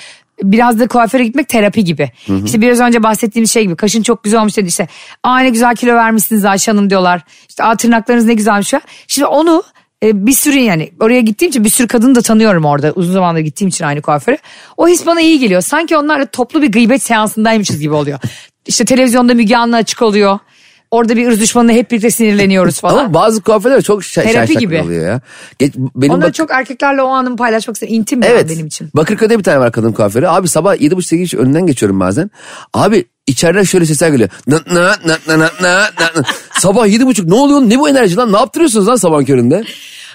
biraz da kuaföre gitmek terapi gibi. İşte biraz önce bahsettiğim şey gibi. Kaşın çok güzel olmuş dedi işte. Aa ne güzel kilo vermişsiniz Ayşe Hanım diyorlar. İşte aa tırnaklarınız ne güzelmiş. ya. Şimdi onu e, bir sürü yani oraya gittiğim için bir sürü kadını da tanıyorum orada. Uzun zamandır gittiğim için aynı kuaföre. O his bana iyi geliyor. Sanki onlarla toplu bir gıybet seansındaymışız gibi oluyor. İşte televizyonda Müge Anlı açık oluyor. Orada bir ırz düşmanına hep birlikte sinirleniyoruz falan.
ama bazı kuaförler çok şa-
Terapi
şaşaklı
gibi.
oluyor ya. Geç, benim
Onları
bak-
çok erkeklerle o anımı paylaşmak istedim. İntim bir an
Evet.
benim için.
Bakırköy'de bir tane var kadın kuaförü. Abi sabah 7.30-8 iş önünden geçiyorum bazen. Abi içeriden şöyle sesler geliyor. Na, na, na, na, na, na, na. sabah 7.30 ne oluyor? Ne bu enerji lan? Ne yaptırıyorsunuz lan sabah köründe?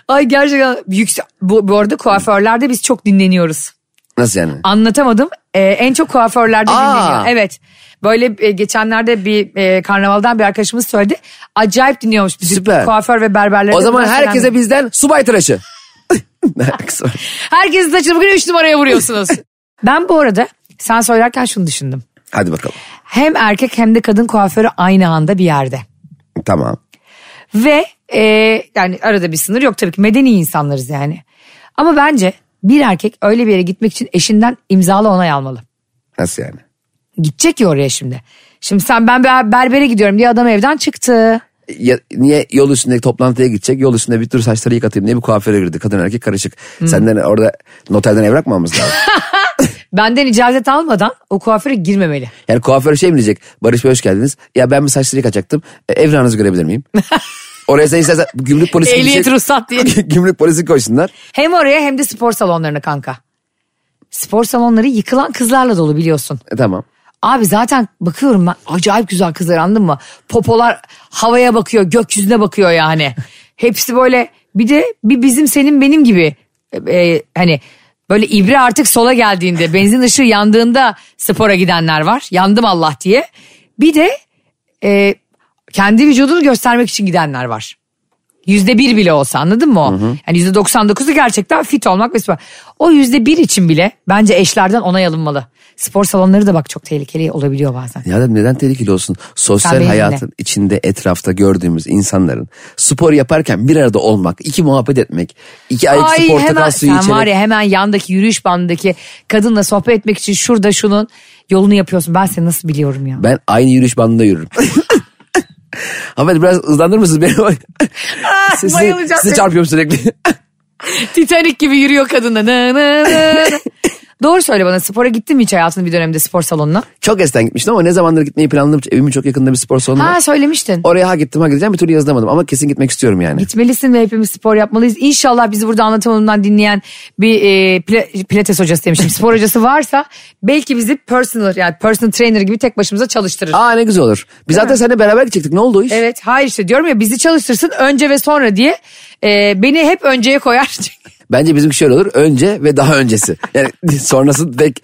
Ay gerçekten yüksek. Bu, bu arada kuaförlerde biz çok dinleniyoruz.
Nasıl yani?
Anlatamadım. Ee, en çok kuaförlerde
Aa.
dinleniyor. Evet. Böyle e, geçenlerde bir e, karnavaldan bir arkadaşımız söyledi. Acayip dinliyormuş bizi
Süper.
kuaför ve berberler.
O zaman herkese bizden subay tıraşı. Ne alakası var?
Herkesin saçını bugün 3 numaraya vuruyorsunuz. ben bu arada sen söylerken şunu düşündüm.
Hadi bakalım.
Hem erkek hem de kadın kuaförü aynı anda bir yerde.
Tamam.
Ve e, yani arada bir sınır yok tabii ki medeni insanlarız yani. Ama bence bir erkek öyle bir yere gitmek için eşinden imzalı onay almalı.
Nasıl yani?
Gidecek ya oraya şimdi. Şimdi sen ben ber- berbere gidiyorum diye adam evden çıktı.
Ya- niye yol üstünde toplantıya gidecek? Yol üstünde bir tur saçları yıkatayım diye bir kuaföre girdi. Kadın erkek karışık.
Hmm.
Senden orada noterden evrak mı alması lazım?
Benden icazet almadan o kuaföre girmemeli.
yani kuaför şey mi diyecek? Barış Bey hoş geldiniz. Ya ben bir saçları yıkacaktım. E, evrağınızı görebilir miyim? Oraya sen istersen gümrük polisi gibi bir
Ehliyet
şey-
ruhsat diye.
gümrük polisi koysunlar.
Hem oraya hem de spor salonlarına kanka. Spor salonları yıkılan kızlarla dolu biliyorsun.
E, tamam.
Abi zaten bakıyorum ben acayip güzel kızlar anladın mı? Popolar havaya bakıyor, gökyüzüne bakıyor yani. Hepsi böyle bir de bir bizim senin benim gibi e, e, hani böyle ibre artık sola geldiğinde benzin ışığı yandığında spora gidenler var. Yandım Allah diye. Bir de e, kendi vücudunu göstermek için gidenler var. Yüzde bir bile olsa anladın mı o? Yani yüzde 99'u gerçekten fit olmak ve spor. O yüzde bir için bile bence eşlerden onay alınmalı. Spor salonları da bak çok tehlikeli olabiliyor bazen.
Ya da neden tehlikeli olsun?
Sen
Sosyal
benimle.
hayatın içinde etrafta gördüğümüz insanların spor yaparken bir arada olmak, iki muhabbet etmek, iki ayaküstü portakal
hemen,
suyu
sen
içerek.
var ya hemen yandaki yürüyüş bandındaki kadınla sohbet etmek için şurada şunun yolunu yapıyorsun. Ben seni nasıl biliyorum ya?
Ben aynı yürüyüş bandında yürürüm. Hanımefendi biraz hızlandırır mısınız beni? sizi,
Ah, bayılacağım.
sizi çarpıyorum sürekli.
Titanik gibi yürüyor kadınla. Nı nı nı nı. Doğru söyle bana spora gittin mi hiç hayatının bir dönemde spor salonuna?
çok eskiden gitmiştim ama ne zamandır gitmeyi planladım. Evimin çok yakında bir spor salonu
Ha
var.
söylemiştin.
Oraya ha gittim ha gideceğim bir türlü yazılamadım ama kesin gitmek istiyorum yani.
Gitmelisin ve hepimiz spor yapmalıyız. İnşallah bizi burada anlatamadığımdan dinleyen bir e, pila- pilates hocası demiştim. Spor hocası varsa belki bizi personal yani personal trainer gibi tek başımıza çalıştırır.
Aa ne güzel olur. Biz zaten seninle beraber gidecektik. Ne oldu o iş?
Evet hayır işte diyorum ya bizi çalıştırsın önce ve sonra diye E, beni hep önceye koyar.
Bence bizimki şöyle olur. Önce ve daha öncesi. Yani sonrası pek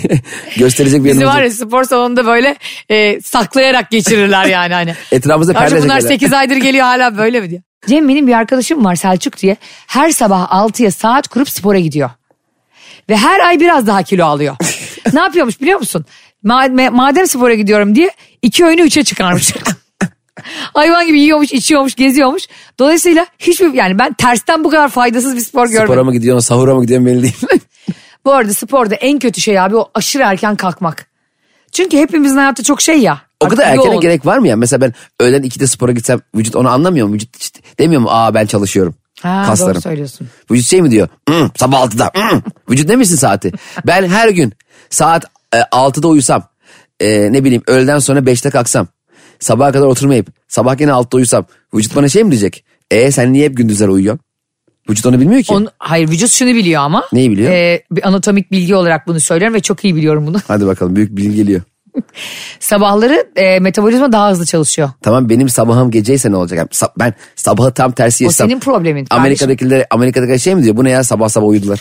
gösterecek bir
Bizi
yanımız
var
yok.
ya spor salonunda böyle e, saklayarak geçirirler yani hani.
Etrafımızda
Ayrıca
perde
bunlar
çekerler.
8 aydır geliyor hala böyle mi diyor. Cem benim bir arkadaşım var Selçuk diye. Her sabah 6'ya saat kurup spora gidiyor. Ve her ay biraz daha kilo alıyor. ne yapıyormuş biliyor musun? Ma- me- madem spora gidiyorum diye iki öğünü üçe çıkarmış. Hayvan gibi yiyormuş, içiyormuş, geziyormuş. Dolayısıyla hiçbir yani ben tersten bu kadar faydasız bir spor görmedim.
Spora mı gidiyorsun, sahura mı gidiyorsun belli değil.
Bu arada sporda en kötü şey abi o aşırı erken kalkmak. Çünkü hepimizin hayatta çok şey ya.
o kadar
Artık
erkene
yoğun.
gerek var mı ya? Mesela ben öğlen 2'de spora gitsem vücut onu anlamıyor mu? Vücut işte demiyor mu? Aa ben çalışıyorum.
Ha,
Kaslarım.
Doğru söylüyorsun.
Vücut şey mi diyor? "Hmm, sabah 6'da. hmm." Vücut ne misin saati? Ben her gün saat e, 6'da uyusam. e, ne bileyim öğleden sonra 5'te kalksam. Sabaha kadar oturmayıp sabah gene 6'da uyusam. Vücut bana şey mi diyecek? E sen niye hep gündüzler uyuyorsun? Vücut onu bilmiyor ki.
Onu- hayır vücut şunu biliyor ama.
Neyi biliyor?
Ee, bir anatomik bilgi olarak bunu söylerim ve çok iyi biliyorum bunu.
Hadi bakalım büyük bilgi geliyor.
Sabahları e, metabolizma daha hızlı çalışıyor.
Tamam benim sabahım geceyse ne olacak? Yani sab- ben sabahı tam tersi
O
yesem.
senin problemin kardeşim.
Amerika'dakiler Amerika'dakiler şey mi diyor? Bu ne ya sabah sabah uyudular.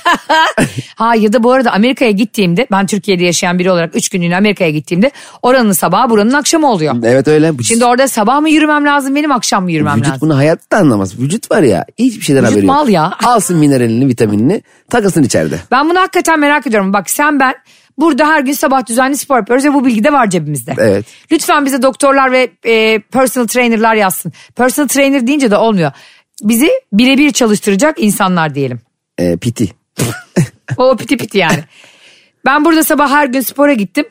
Ha ya da bu arada Amerika'ya gittiğimde ben Türkiye'de yaşayan biri olarak 3 günlüğüne Amerika'ya gittiğimde oranın sabahı buranın akşamı oluyor.
evet öyle. Bu-
Şimdi orada sabah mı yürümem lazım benim akşam mı yürümem
Vücut
lazım?
bunu hayatta anlamaz. Vücut var ya hiçbir şeyden
Vücut
haberi yok.
mal ya.
Alsın mineralini, vitaminini takasın içeride.
Ben bunu hakikaten merak ediyorum. Bak sen ben burada her gün sabah düzenli spor yapıyoruz ve bu bilgi de var cebimizde.
Evet.
Lütfen bize doktorlar ve e, personal trainerlar yazsın. Personal trainer deyince de olmuyor. Bizi birebir çalıştıracak insanlar diyelim.
Ee, piti.
O piti piti yani. Ben burada sabah her gün spora gittim.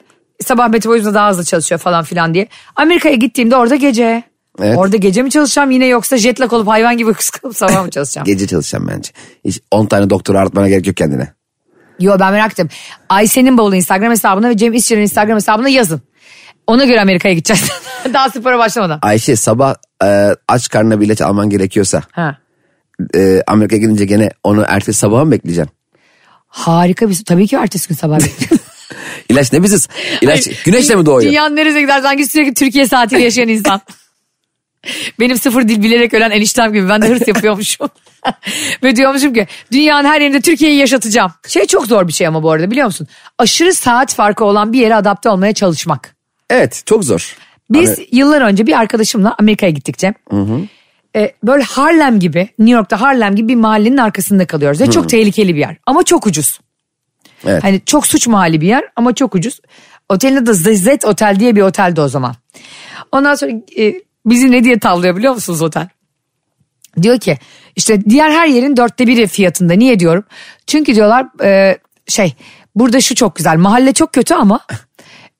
Sabah metabolizma daha hızlı çalışıyor falan filan diye. Amerika'ya gittiğimde orada gece.
Evet.
Orada gece mi çalışacağım yine yoksa jet lag olup hayvan gibi kıskılıp sabah mı çalışacağım?
Gece çalışacağım bence. Hiç 10 tane doktora artmana gerek yok kendine.
Yo ben merak ettim. Ayşe'nin bavulu Instagram hesabına ve Cem İşçilerin Instagram hesabına yazın. Ona göre Amerika'ya gideceğiz. Daha spora başlamadan.
Ayşe sabah e, aç karnına bir ilaç alman gerekiyorsa
Ha.
e, Amerika'ya gidince gene onu ertesi sabaha mı bekleyeceksin?
Harika bir tabii ki ertesi gün sabah.
İlaç ne biziz? İlaç güneşle mi doğuyor?
Dünyanın neresine gider sanki sürekli Türkiye saatiyle yaşayan insan. Benim sıfır dil bilerek ölen eniştem gibi ben de hırs yapıyormuşum. Ve diyormuşum ki dünyanın her yerinde Türkiye'yi yaşatacağım. Şey çok zor bir şey ama bu arada biliyor musun? Aşırı saat farkı olan bir yere adapte olmaya çalışmak.
Evet çok zor.
Biz yıllar önce bir arkadaşımla Amerika'ya gittik Cem. Ee, böyle Harlem gibi New York'ta Harlem gibi bir mahallenin arkasında kalıyoruz. Ve çok tehlikeli bir yer ama çok ucuz.
Evet.
Hani çok suç mahalli bir yer ama çok ucuz. Otelin adı Zezet Otel diye bir otelde o zaman. Ondan sonra e, bizi ne diye tavlıyor biliyor musunuz otel? Diyor ki işte diğer her yerin dörtte biri fiyatında. Niye diyorum? Çünkü diyorlar e, şey burada şu çok güzel mahalle çok kötü ama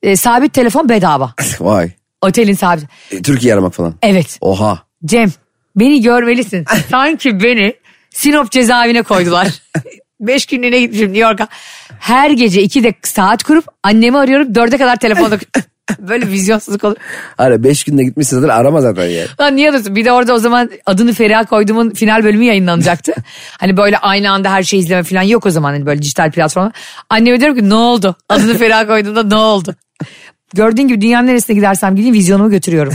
e, sabit telefon bedava.
Vay.
Otelin sabit.
E, Türkiye aramak falan.
Evet.
Oha.
Cem beni görmelisin. Sanki beni Sinop cezaevine koydular. Beş günlüğüne gitmişim New York'a. Her gece iki de saat kurup annemi arıyorum dörde kadar telefonda. Böyle vizyonsuzluk olur.
Hala 5 günde gitmişsin zaten arama zaten yani.
Lan niye arıyorsun? Bir de orada o zaman adını Feriha koyduğumun final bölümü yayınlanacaktı. hani böyle aynı anda her şeyi izleme falan yok o zaman. Hani böyle dijital platformlar. Anneme diyorum ki ne oldu? Adını Feriha koyduğumda ne oldu? Gördüğün gibi dünyanın neresine gidersem gideyim vizyonumu götürüyorum.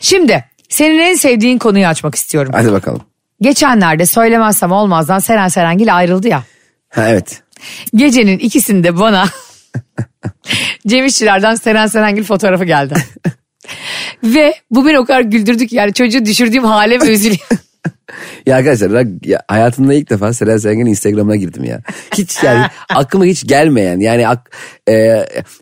Şimdi senin en sevdiğin konuyu açmak istiyorum.
Hadi bakalım.
Geçenlerde söylemezsem olmazdan Seren Serengil ayrıldı ya.
Ha evet.
Gecenin ikisinde bana Cem İşçilerden Seren Serengil fotoğrafı geldi. ve bu beni o kadar güldürdü ki yani çocuğu düşürdüğüm hale ve üzülüyorum.
Ya arkadaşlar ben ya hayatımda ilk defa Seren Sergen'in Instagram'ına girdim ya. Hiç yani aklıma hiç gelmeyen yani ak, e,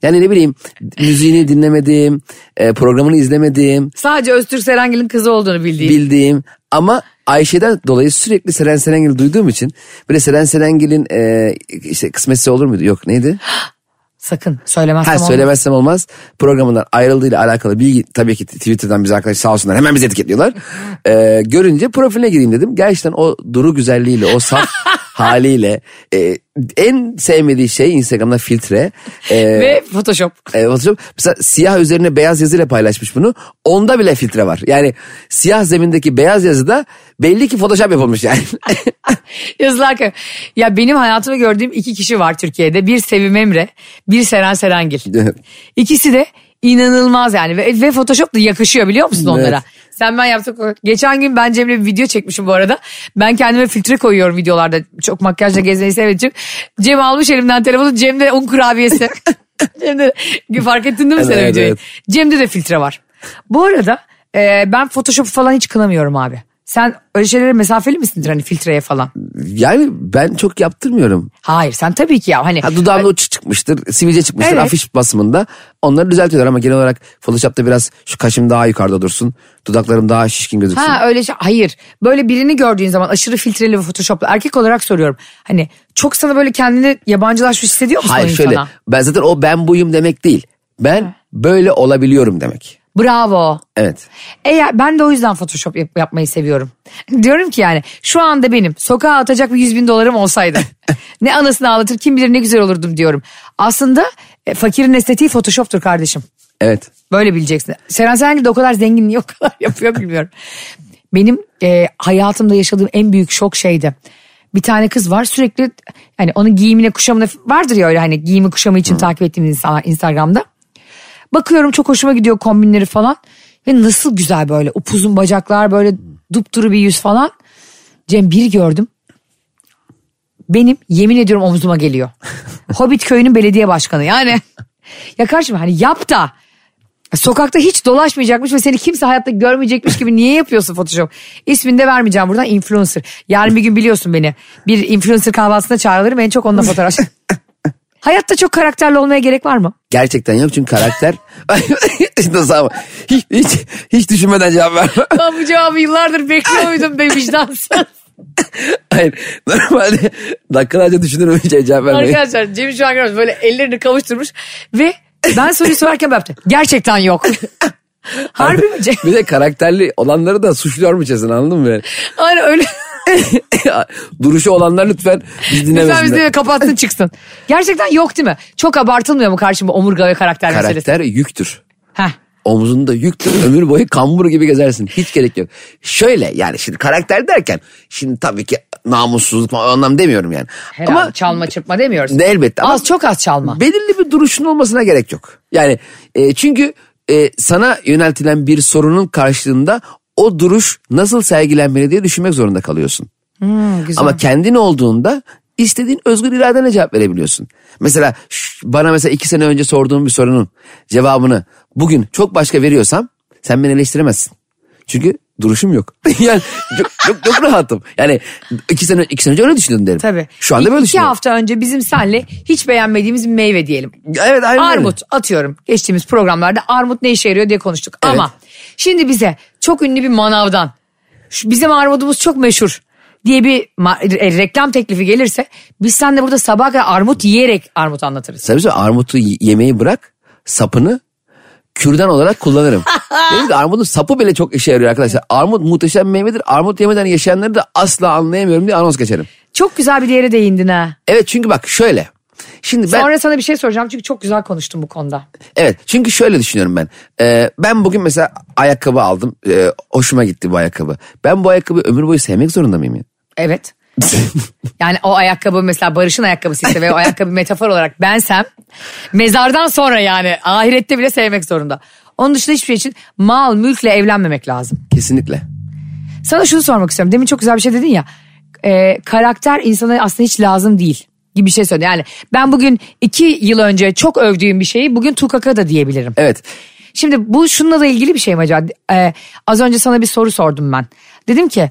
yani ne bileyim müziğini dinlemediğim, e, programını izlemediğim,
Sadece Öztürk Serengil'in kızı olduğunu bildiğim.
bildiğim ama Ayşe'den dolayı sürekli Seren Serengil duyduğum için böyle Seren Serengil'in e, işte kısmetse olur muydu? Yok neydi?
Sakın söylemezsem
Ha
olmaz.
söylemezsem olmaz. Programından ayrıldığıyla alakalı bilgi tabii ki Twitter'dan bize arkadaş sağ olsunlar hemen bizi etiketliyorlar. Ee, görünce profiline gireyim dedim. Gerçekten o duru güzelliğiyle o saf haliyle e, en sevmediği şey Instagram'da filtre. E,
Ve Photoshop.
e, Photoshop. Mesela siyah üzerine beyaz yazıyla paylaşmış bunu. Onda bile filtre var. Yani siyah zemindeki beyaz yazıda belli ki Photoshop yapılmış yani.
Yazılarken. Ya benim hayatımda gördüğüm iki kişi var Türkiye'de. Bir Sevim Emre, bir Seren Serengil. İkisi de inanılmaz yani ve, ve Photoshop da yakışıyor biliyor musun onlara?
Evet.
Sen ben yaptık. Geçen gün ben Cem'le bir video çekmişim bu arada. Ben kendime filtre koyuyorum videolarda. Çok makyajla gezmeyi sevdiğim. Cem almış elimden telefonu. Cem'de un kurabiyesi. Cem'de fark ettin değil mi sen o
Evet,
videoyu?
evet.
Cem'de de filtre var. Bu arada e, ben Photoshop falan hiç kınamıyorum abi. Sen öyle şeylere mesafeli misindir hani filtreye falan?
Yani ben çok yaptırmıyorum.
Hayır sen tabii ki ya hani
Ha, dudağımda uç çıkmıştır, sivilce çıkmıştır
Evet.
afiş basımında. Onları düzeltiyorlar ama genel olarak Photoshop'ta biraz şu kaşım daha yukarıda dursun. Dudaklarım daha şişkin gözüksün.
Ha öyle şey. Hayır. Böyle birini gördüğün zaman aşırı filtreli ve photoshoplu erkek olarak soruyorum. Hani çok sana böyle kendini yabancılaşmış hissediyor musun o
Hayır şöyle
insana?
ben zaten o ben buyum demek değil. Ben böyle olabiliyorum demek.
Bravo.
Evet.
Eğer ben de o yüzden photoshop yap- yapmayı seviyorum. Diyorum ki yani şu anda benim sokağa atacak bir 100 bin dolarım olsaydı. ne anasını ağlatır kim bilir ne güzel olurdum diyorum. Aslında e, fakirin estetiği photoshoptur kardeşim.
Evet.
Böyle bileceksin. Seren Serengil de o kadar zengin niye o kadar yapıyor bilmiyorum. Benim e, hayatımda yaşadığım en büyük şok şeydi. Bir tane kız var sürekli yani onun giyimine kuşamına vardır ya öyle hani giyimi kuşamı için takip ettiğimiz insanlar Instagram'da. Bakıyorum çok hoşuma gidiyor kombinleri falan. Ve nasıl güzel böyle upuzun bacaklar böyle dupduru bir yüz falan. Cem bir gördüm. Benim yemin ediyorum omzuma geliyor. Hobbit köyünün belediye başkanı yani. Ya karşıma hani yap da Sokakta hiç dolaşmayacakmış ve seni kimse hayatta görmeyecekmiş gibi niye yapıyorsun Photoshop? İsmini de vermeyeceğim buradan influencer. Yarın bir gün biliyorsun beni. Bir influencer kahvaltısına çağrılırım en çok onunla fotoğraf. hayatta çok karakterli olmaya gerek var mı?
Gerçekten yok çünkü karakter nasıl ama hiç, hiç, hiç düşünmeden cevap verme.
Ben bu cevabı yıllardır bekliyordum be vicdansız.
Hayır normalde dakikalarca düşünürüm hiç cevap vermeyi.
Arkadaşlar Cem şu an görmüş, böyle ellerini kavuşturmuş ve ben soruyu sorarken böyle yaptı. Gerçekten yok. Harbi mi Cem?
Bir de karakterli olanları da suçluyormuşçasına anladın mı?
Aynen öyle.
Duruşu olanlar lütfen biz
Lütfen bizi
dinlemesinler.
de kapatsın çıksın. Gerçekten yok değil mi? Çok abartılmıyor mu karşıma omurga ve karakter, meselesi?
Karakter yüktür.
Heh.
Omzunda yüktür ömür boyu kambur gibi gezersin. Hiç gerek yok. Şöyle yani şimdi karakter derken şimdi tabii ki namussuzluk falan o anlam demiyorum yani.
Herhalde
Ama
çalma çırpma demiyoruz.
de elbette ama
az çok az çalma.
belirli bir duruşun olmasına gerek yok. Yani e, çünkü e, sana yöneltilen bir sorunun karşılığında o duruş nasıl sergilenmeli diye düşünmek zorunda kalıyorsun.
Hmm, güzel.
Ama kendin olduğunda istediğin özgür iradene cevap verebiliyorsun. Mesela şş, bana mesela iki sene önce sorduğum bir sorunun cevabını bugün çok başka veriyorsam sen beni eleştiremezsin. Çünkü duruşum yok. yani çok, çok, çok rahatım. Yani iki sene, iki sene önce öyle düşündüm derim.
Tabii.
Şu anda böyle
İ- İki
düşünüyorum.
hafta önce bizim senle hiç beğenmediğimiz bir meyve diyelim.
Evet aynen öyle.
Armut atıyorum. Geçtiğimiz programlarda armut ne işe yarıyor diye konuştuk.
Evet.
Ama şimdi bize çok ünlü bir manavdan şu bizim armudumuz çok meşhur diye bir ma- e, reklam teklifi gelirse biz sen de burada sabaha kadar armut yiyerek armut anlatırız.
Sana bir şey söyleyeyim, armutu y- yemeyi bırak sapını kürdan olarak kullanırım. Dedim ki armudun sapı bile çok işe yarıyor arkadaşlar. Armut muhteşem meyvedir. Armut yemeden yaşayanları da asla anlayamıyorum diye anons geçerim.
Çok güzel bir yere değindin ha.
Evet çünkü bak şöyle. Şimdi ben
Sonra sana bir şey soracağım çünkü çok güzel konuştun bu konuda.
evet çünkü şöyle düşünüyorum ben. Ee, ben bugün mesela ayakkabı aldım. Ee, hoşuma gitti bu ayakkabı. Ben bu ayakkabıyı ömür boyu sevmek zorunda mıyım ya?
Evet. Yani o ayakkabı mesela Barış'ın ayakkabısı ise ve o ayakkabı metafor olarak bensem mezardan sonra yani ahirette bile sevmek zorunda. Onun dışında hiçbir şey için mal mülkle evlenmemek lazım.
Kesinlikle.
Sana şunu sormak istiyorum. Demin çok güzel bir şey dedin ya. e, karakter insana aslında hiç lazım değil gibi bir şey söyledin. Yani ben bugün iki yıl önce çok övdüğüm bir şeyi bugün tukaka da diyebilirim.
Evet.
Şimdi bu şununla da ilgili bir şey mi acaba? Ee, az önce sana bir soru sordum ben. Dedim ki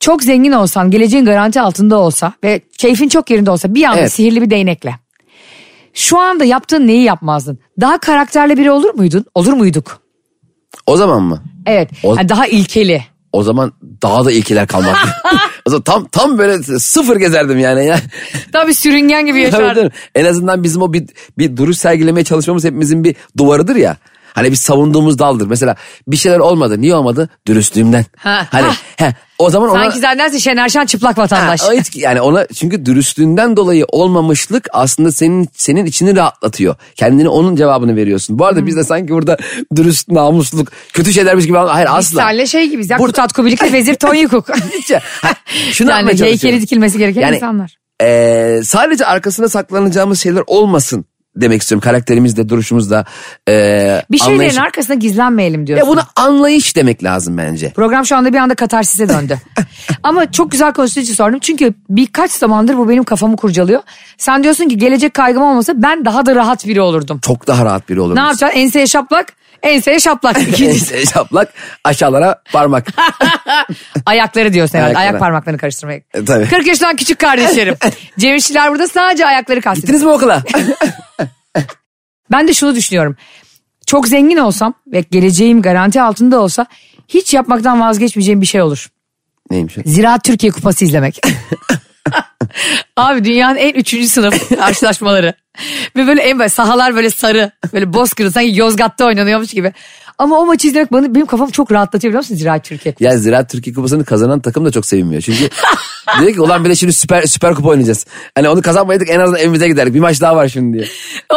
çok zengin olsan, geleceğin garanti altında olsa ve keyfin çok yerinde olsa bir anda
Evet.
sihirli bir değnekle. Şu anda yaptığın neyi yapmazdın? Daha karakterli biri olur muydun? Olur muyduk?
O zaman mı?
Evet.
Ol-
Yani daha ilkeli.
O zaman daha da ilkeler kalmak. o zaman tam tam böyle sıfır gezerdim yani ya.
Daha bir sürüngen gibi
Tabii
yaşardın.
canım. En azından bizim o bir, bir duruş sergilemeye çalışmamız hepimizin bir duvarıdır ya. Hani bir savunduğumuz daldır. Mesela bir şeyler olmadı. Niye olmadı? Dürüstlüğümden.
Ha,
hani
ha.
he, o zaman ona...
Sanki zannedersin Şener Şen çıplak vatandaş.
Ha, o hiç- yani ona çünkü dürüstlüğünden dolayı olmamışlık aslında senin senin içini rahatlatıyor. Kendini onun cevabını veriyorsun. Bu arada biz de
Hmm.
sanki burada dürüst, namusluk, kötü şeylermiş gibi hayır asla.
Senle şey gibiyiz ya
Burada-
Kutat Kubilik ve Vezir Tonyukuk.
Hiç- ha, şunu
yani
anlamaya çalışıyorum.
heykeli dikilmesi gereken
Yani-
insanlar.
Ee, sadece arkasına saklanacağımız şeyler olmasın demek istiyorum. Karakterimizle, duruşumuzla. E,
Bir şey şeylerin
anlayış-
arkasına gizlenmeyelim diyorsun.
Ya buna anlayış demek lazım bence.
Program şu anda bir anda katarsise döndü. Ama çok güzel konuştuğun için sordum. Çünkü birkaç zamandır bu benim kafamı kurcalıyor. Sen diyorsun ki gelecek kaygım olmasa ben daha da rahat biri olurdum.
Çok daha rahat biri olur.
Ne yapacaksın? Enseye şaplak, enseye şaplak.
Ense şaplak aşağılara parmak.
Ayakları diyorsun herhalde.
Ayakları.
Ayak parmaklarını karıştırmaya.
E, tabii.
40 yaşından küçük kardeşlerim. Cemişçiler burada sadece ayakları kastediyor.
Gittiniz mi okula?
Ben de şunu düşünüyorum. Çok zengin olsam ve geleceğim garanti altında olsa hiç yapmaktan vazgeçmeyeceğim bir şey olur.
Neymiş o?
Ziraat Türkiye Kupası izlemek. Abi dünyanın en üçüncü sınıf karşılaşmaları. Ve böyle en böyle sahalar böyle sarı. Böyle bozkırı sanki Yozgat'ta oynanıyormuş gibi. Ama o maçı izlemek bana, benim kafamı çok rahatlatıyor biliyor musun Ziraat Türkiye Kupası?
Ya Ziraat Türkiye Kupası'nı kazanan takım da çok sevinmiyor. Çünkü diyor ki ulan bile şimdi süper süper kupa oynayacağız. Hani onu kazanmayaydık en azından evimize giderdik. Bir maç daha var şimdi diye.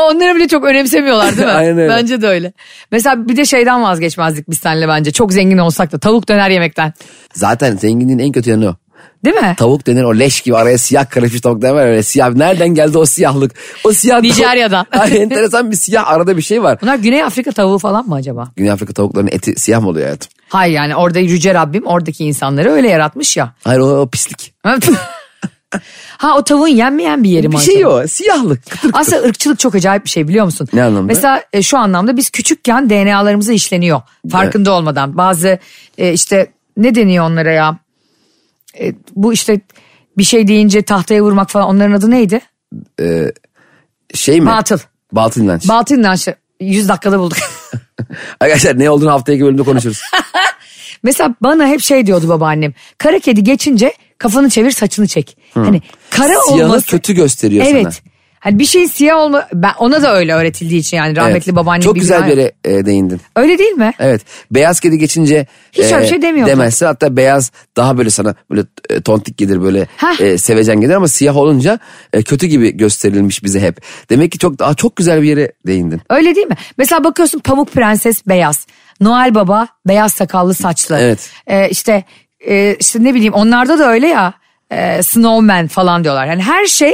Onları bile çok önemsemiyorlar değil mi?
Aynen öyle.
Bence de öyle. Mesela bir de şeyden vazgeçmezdik biz seninle bence. Çok zengin olsak da tavuk döner yemekten.
Zaten zenginliğin en kötü yanı o.
Değil mi?
Tavuk denir o leş gibi araya siyah karışmış tavuk denir var ya, öyle siyah. Nereden geldi o siyahlık? O siyah
Nijerya'dan.
Ay, enteresan bir siyah arada bir şey var.
Bunlar Güney Afrika tavuğu falan mı acaba?
Güney Afrika tavuklarının eti siyah mı oluyor hayatım?
Hayır yani orada Yüce Rabbim oradaki insanları öyle yaratmış ya.
Hayır o, o pislik.
ha o tavuğun yenmeyen bir yeri mi
Bir şey
acaba?
o siyahlık. Kıtır kıtır.
Aslında ırkçılık çok acayip bir şey biliyor musun?
Ne anlamda?
Mesela e, şu anlamda biz küçükken DNA'larımıza işleniyor. Farkında olmadan. Bazı e, işte ne deniyor onlara ya? E, bu işte bir şey deyince tahtaya vurmak falan onların adı neydi?
şey mi?
Batıl.
Batıl inanç.
Batıl inançlı. 100 şey, dakikada bulduk.
Arkadaşlar ne olduğunu haftaki bölümde konuşuruz.
Mesela bana hep şey diyordu babaannem. Kara kedi geçince kafanı çevir saçını çek. Hani kara
Siyahı
olması.
kötü gösteriyor
evet.
sana.
Hani bir şeyin siyah olma ben ona da öyle öğretildiği için yani rahmetli
Evet.
babaannem
Çok
bir
güzel
günah-
bir yere e, değindin.
Öyle değil mi?
Evet. Beyaz kedi geçince
Hiç öyle bir şey demiyordu.
demezsin. Hatta beyaz daha böyle sana böyle e, tontik gelir böyle
Heh.
e, sevecen gelir ama siyah olunca e, kötü gibi gösterilmiş bize hep. Demek ki çok daha çok güzel bir yere değindin.
Öyle değil mi? Mesela bakıyorsun Pamuk Prenses beyaz. Noel Baba beyaz sakallı saçlı.
Evet.
Ee, işte, e, işte ne bileyim onlarda da öyle ya. e, snowman falan diyorlar. Yani her şey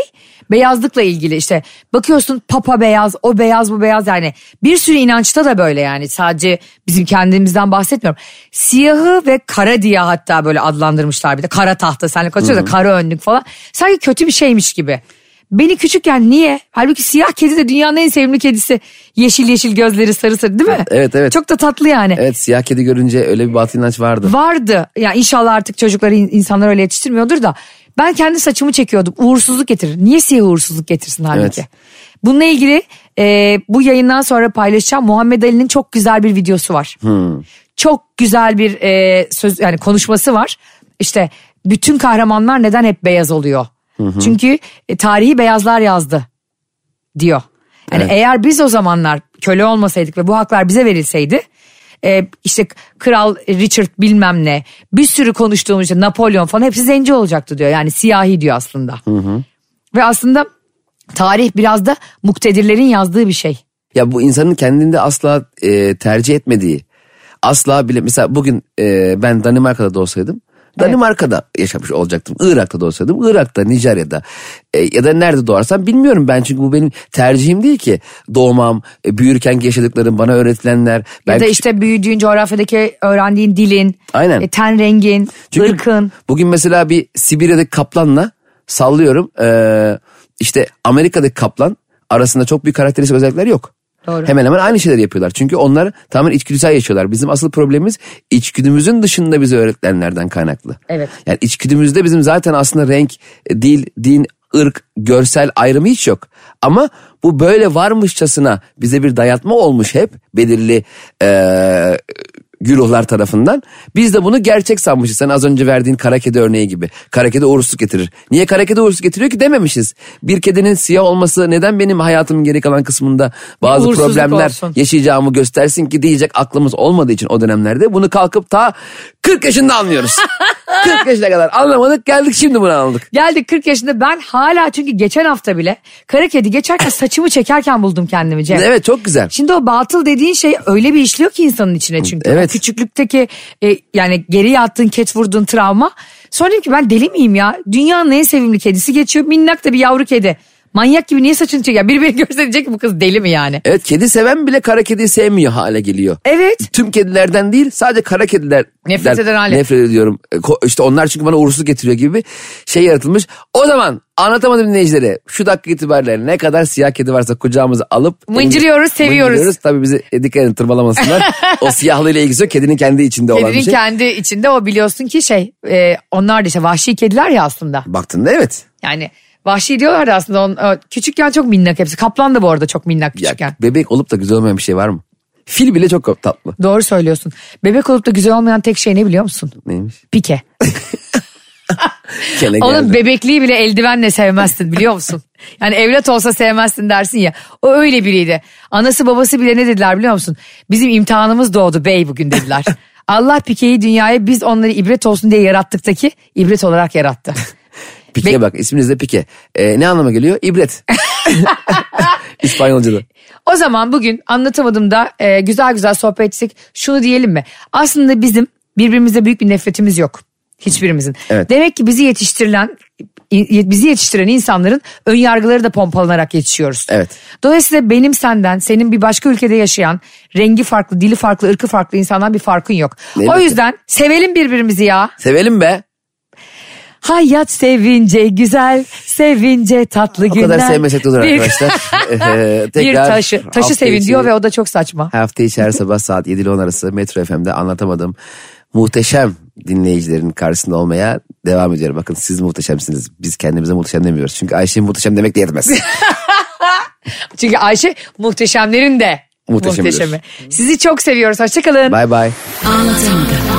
beyazlıkla ilgili işte bakıyorsun papa beyaz o beyaz bu beyaz yani bir sürü inançta da böyle yani sadece bizim kendimizden bahsetmiyorum. Siyahı ve kara diye hatta böyle adlandırmışlar bir de kara tahta senle konuşuyoruz da kara önlük falan sanki kötü bir şeymiş gibi. Beni küçükken niye? Halbuki siyah kedi de dünyanın en sevimli kedisi. Yeşil yeşil gözleri sarı sarı değil mi?
Evet, evet.
Çok da tatlı yani.
Evet siyah kedi görünce öyle bir batıl inanç vardı.
Vardı. Ya inşallah artık çocukları in- insanlar öyle yetiştirmiyordur da. Ben kendi saçımı çekiyordum. Uğursuzluk getirir. Niye siyah uğursuzluk getirsin halbuki?
Evet.
Bununla ilgili e, bu yayından sonra paylaşacağım Muhammed Ali'nin çok güzel bir videosu var. Çok güzel bir e, söz yani konuşması var. İşte bütün kahramanlar neden hep beyaz oluyor? Çünkü e, tarihi beyazlar yazdı diyor. Yani eğer biz o zamanlar köle olmasaydık ve bu haklar bize verilseydi e, işte kral Richard bilmem ne bir sürü konuştuğumuz işte Napolyon falan hepsi zenci olacaktı diyor. Yani siyahi diyor aslında. Ve aslında tarih biraz da muktedirlerin yazdığı bir şey.
Ya bu insanın kendinde asla e, tercih etmediği, asla bile mesela bugün e, ben Danimarka'da da olsaydım, Danimarka'da yaşamış olacaktım. Irak'ta da olsaydım, Irak'ta, Nijerya'da e, ya da nerede doğarsam bilmiyorum ben çünkü bu benim tercihim değil ki. Doğmam, e, büyürken yaşadıklarım, bana öğretilenler. Ben
Ya da
küçük-
işte büyüdüğün coğrafyadaki öğrendiğin dilin,
Aynen.
e, ten rengin,
Çünkü
ırkın.
bugün mesela bir Sibirya'daki kaplanla sallıyorum e, işte Amerika'daki kaplan arasında çok büyük karakteristik özellikler yok.
Doğru.
Hemen hemen aynı şeyleri yapıyorlar. Çünkü onlar tamamen içgüdüsel yaşıyorlar. Bizim asıl problemimiz içgüdümüzün dışında bize öğretilenlerden kaynaklı.
Evet.
Yani içgüdümüzde bizim zaten aslında renk, e, dil, din, ırk, görsel ayrımı hiç yok. Ama bu böyle varmışçasına bize bir dayatma olmuş hep belirli e, güruhlar tarafından. Biz de bunu gerçek sanmışız. Sen az önce verdiğin kara kedi örneği gibi. Kara kedi uğursuz getirir. Niye kara kedi uğursuz getiriyor ki dememişiz. Bir kedinin siyah olması neden benim hayatımın geri kalan kısmında bazı
uğursuzluk
problemler
olsun.
yaşayacağımı göstersin ki diyecek aklımız olmadığı için o dönemlerde bunu kalkıp ta 40 yaşında anlıyoruz. 40 yaşına kadar anlamadık geldik şimdi bunu anladık.
Geldik 40 yaşında ben hala çünkü geçen hafta bile kara kedi geçerken saçımı çekerken buldum kendimi Cem.
Evet çok güzel.
Şimdi o batıl dediğin şey öyle bir işliyor ki insanın içine çünkü.
Evet.
O küçüklükteki e, yani geriye attığın ket vurduğun travma. Sonra dedim ki ben deli miyim ya? Dünyanın en sevimli kedisi geçiyor minnak da bir yavru kedi. Manyak gibi niye saçını çekiyor? Yani Biri beni görse diyecek ki bu kız deli mi yani?
Evet kedi seven bile kara kediyi sevmiyor hale geliyor.
Evet.
Tüm kedilerden değil sadece kara kediler
Nefret eden hale.
nefret ediyorum. E, ko- İşte onlar çünkü bana uğursuzluk getiriyor gibi bir şey yaratılmış. O zaman anlatamadım dinleyicilere şu dakika itibariyle ne kadar siyah kedi varsa kucağımıza alıp
Mıncırıyoruz, seviyoruz.
Mıncırıyoruz. Tabii bizi e, dikkat edin tırmalamasınlar. o siyahlığıyla ilgisi yok kedinin kendi içinde olan bir
Kedinin
şey.
kendi içinde o biliyorsun ki şey e, onlar da işte vahşi kediler ya aslında.
Baktığında evet.
Yani vahşi diyorlar da aslında on, o, küçükken çok minnak hepsi. Kaplan da bu arada çok minnak
Ya,
küçükken.
bebek olup da güzel olmayan bir şey var mı? Fil bile çok tatlı.
Doğru söylüyorsun. Bebek olup da güzel olmayan tek şey ne biliyor musun?
Neymiş?
Pike.
Kele geldi.
Onun bebekliği bile eldivenle sevmezsin biliyor musun? Yani evlat olsa sevmezsin dersin ya. O öyle biriydi. Anası babası bile ne dediler biliyor musun? Bizim imtihanımız doğdu bey bugün dediler. Allah pikeyi dünyaya biz onları ibret olsun diye yarattıktaki ibret olarak yarattı.
Pike
Bek-
bak isminiz de Pike. Ee, ne anlama geliyor? İbret. İspanyolca'da.
O zaman bugün anlatamadım da e, güzel güzel sohbet ettik. Şunu diyelim mi? Aslında bizim birbirimize büyük bir nefretimiz yok. Hiçbirimizin.
Evet.
Demek ki bizi yetiştirilen i- bizi yetiştiren insanların ön yargıları da pompalanarak yetişiyoruz.
Evet.
Dolayısıyla benim senden, senin bir başka ülkede yaşayan, rengi farklı, dili farklı, ırkı farklı insandan bir farkın yok.
Elbette.
O yüzden sevelim birbirimizi ya.
Sevelim be.
Hayat sevince güzel, sevince tatlı
O
günler.
kadar sevmesek de olur
Bir-
arkadaşlar. Ee,
Bir
tekrar
taşı, taşı
hafta
sevin
içi-
diyor ve o da çok saçma.
Hafta içi her sabah saat 7 ile 10 arası Metro FM'de anlatamadım. Muhteşem dinleyicilerin karşısında olmaya devam ediyorum. Bakın siz muhteşemsiniz. Biz kendimize muhteşem demiyoruz. Çünkü Ayşe muhteşem demek de yetmez.
Çünkü Ayşe muhteşemlerin de
Muhteşemidir.
muhteşemi. Sizi çok seviyoruz. Hoşçakalın.
bye bye.
Anlatamadım.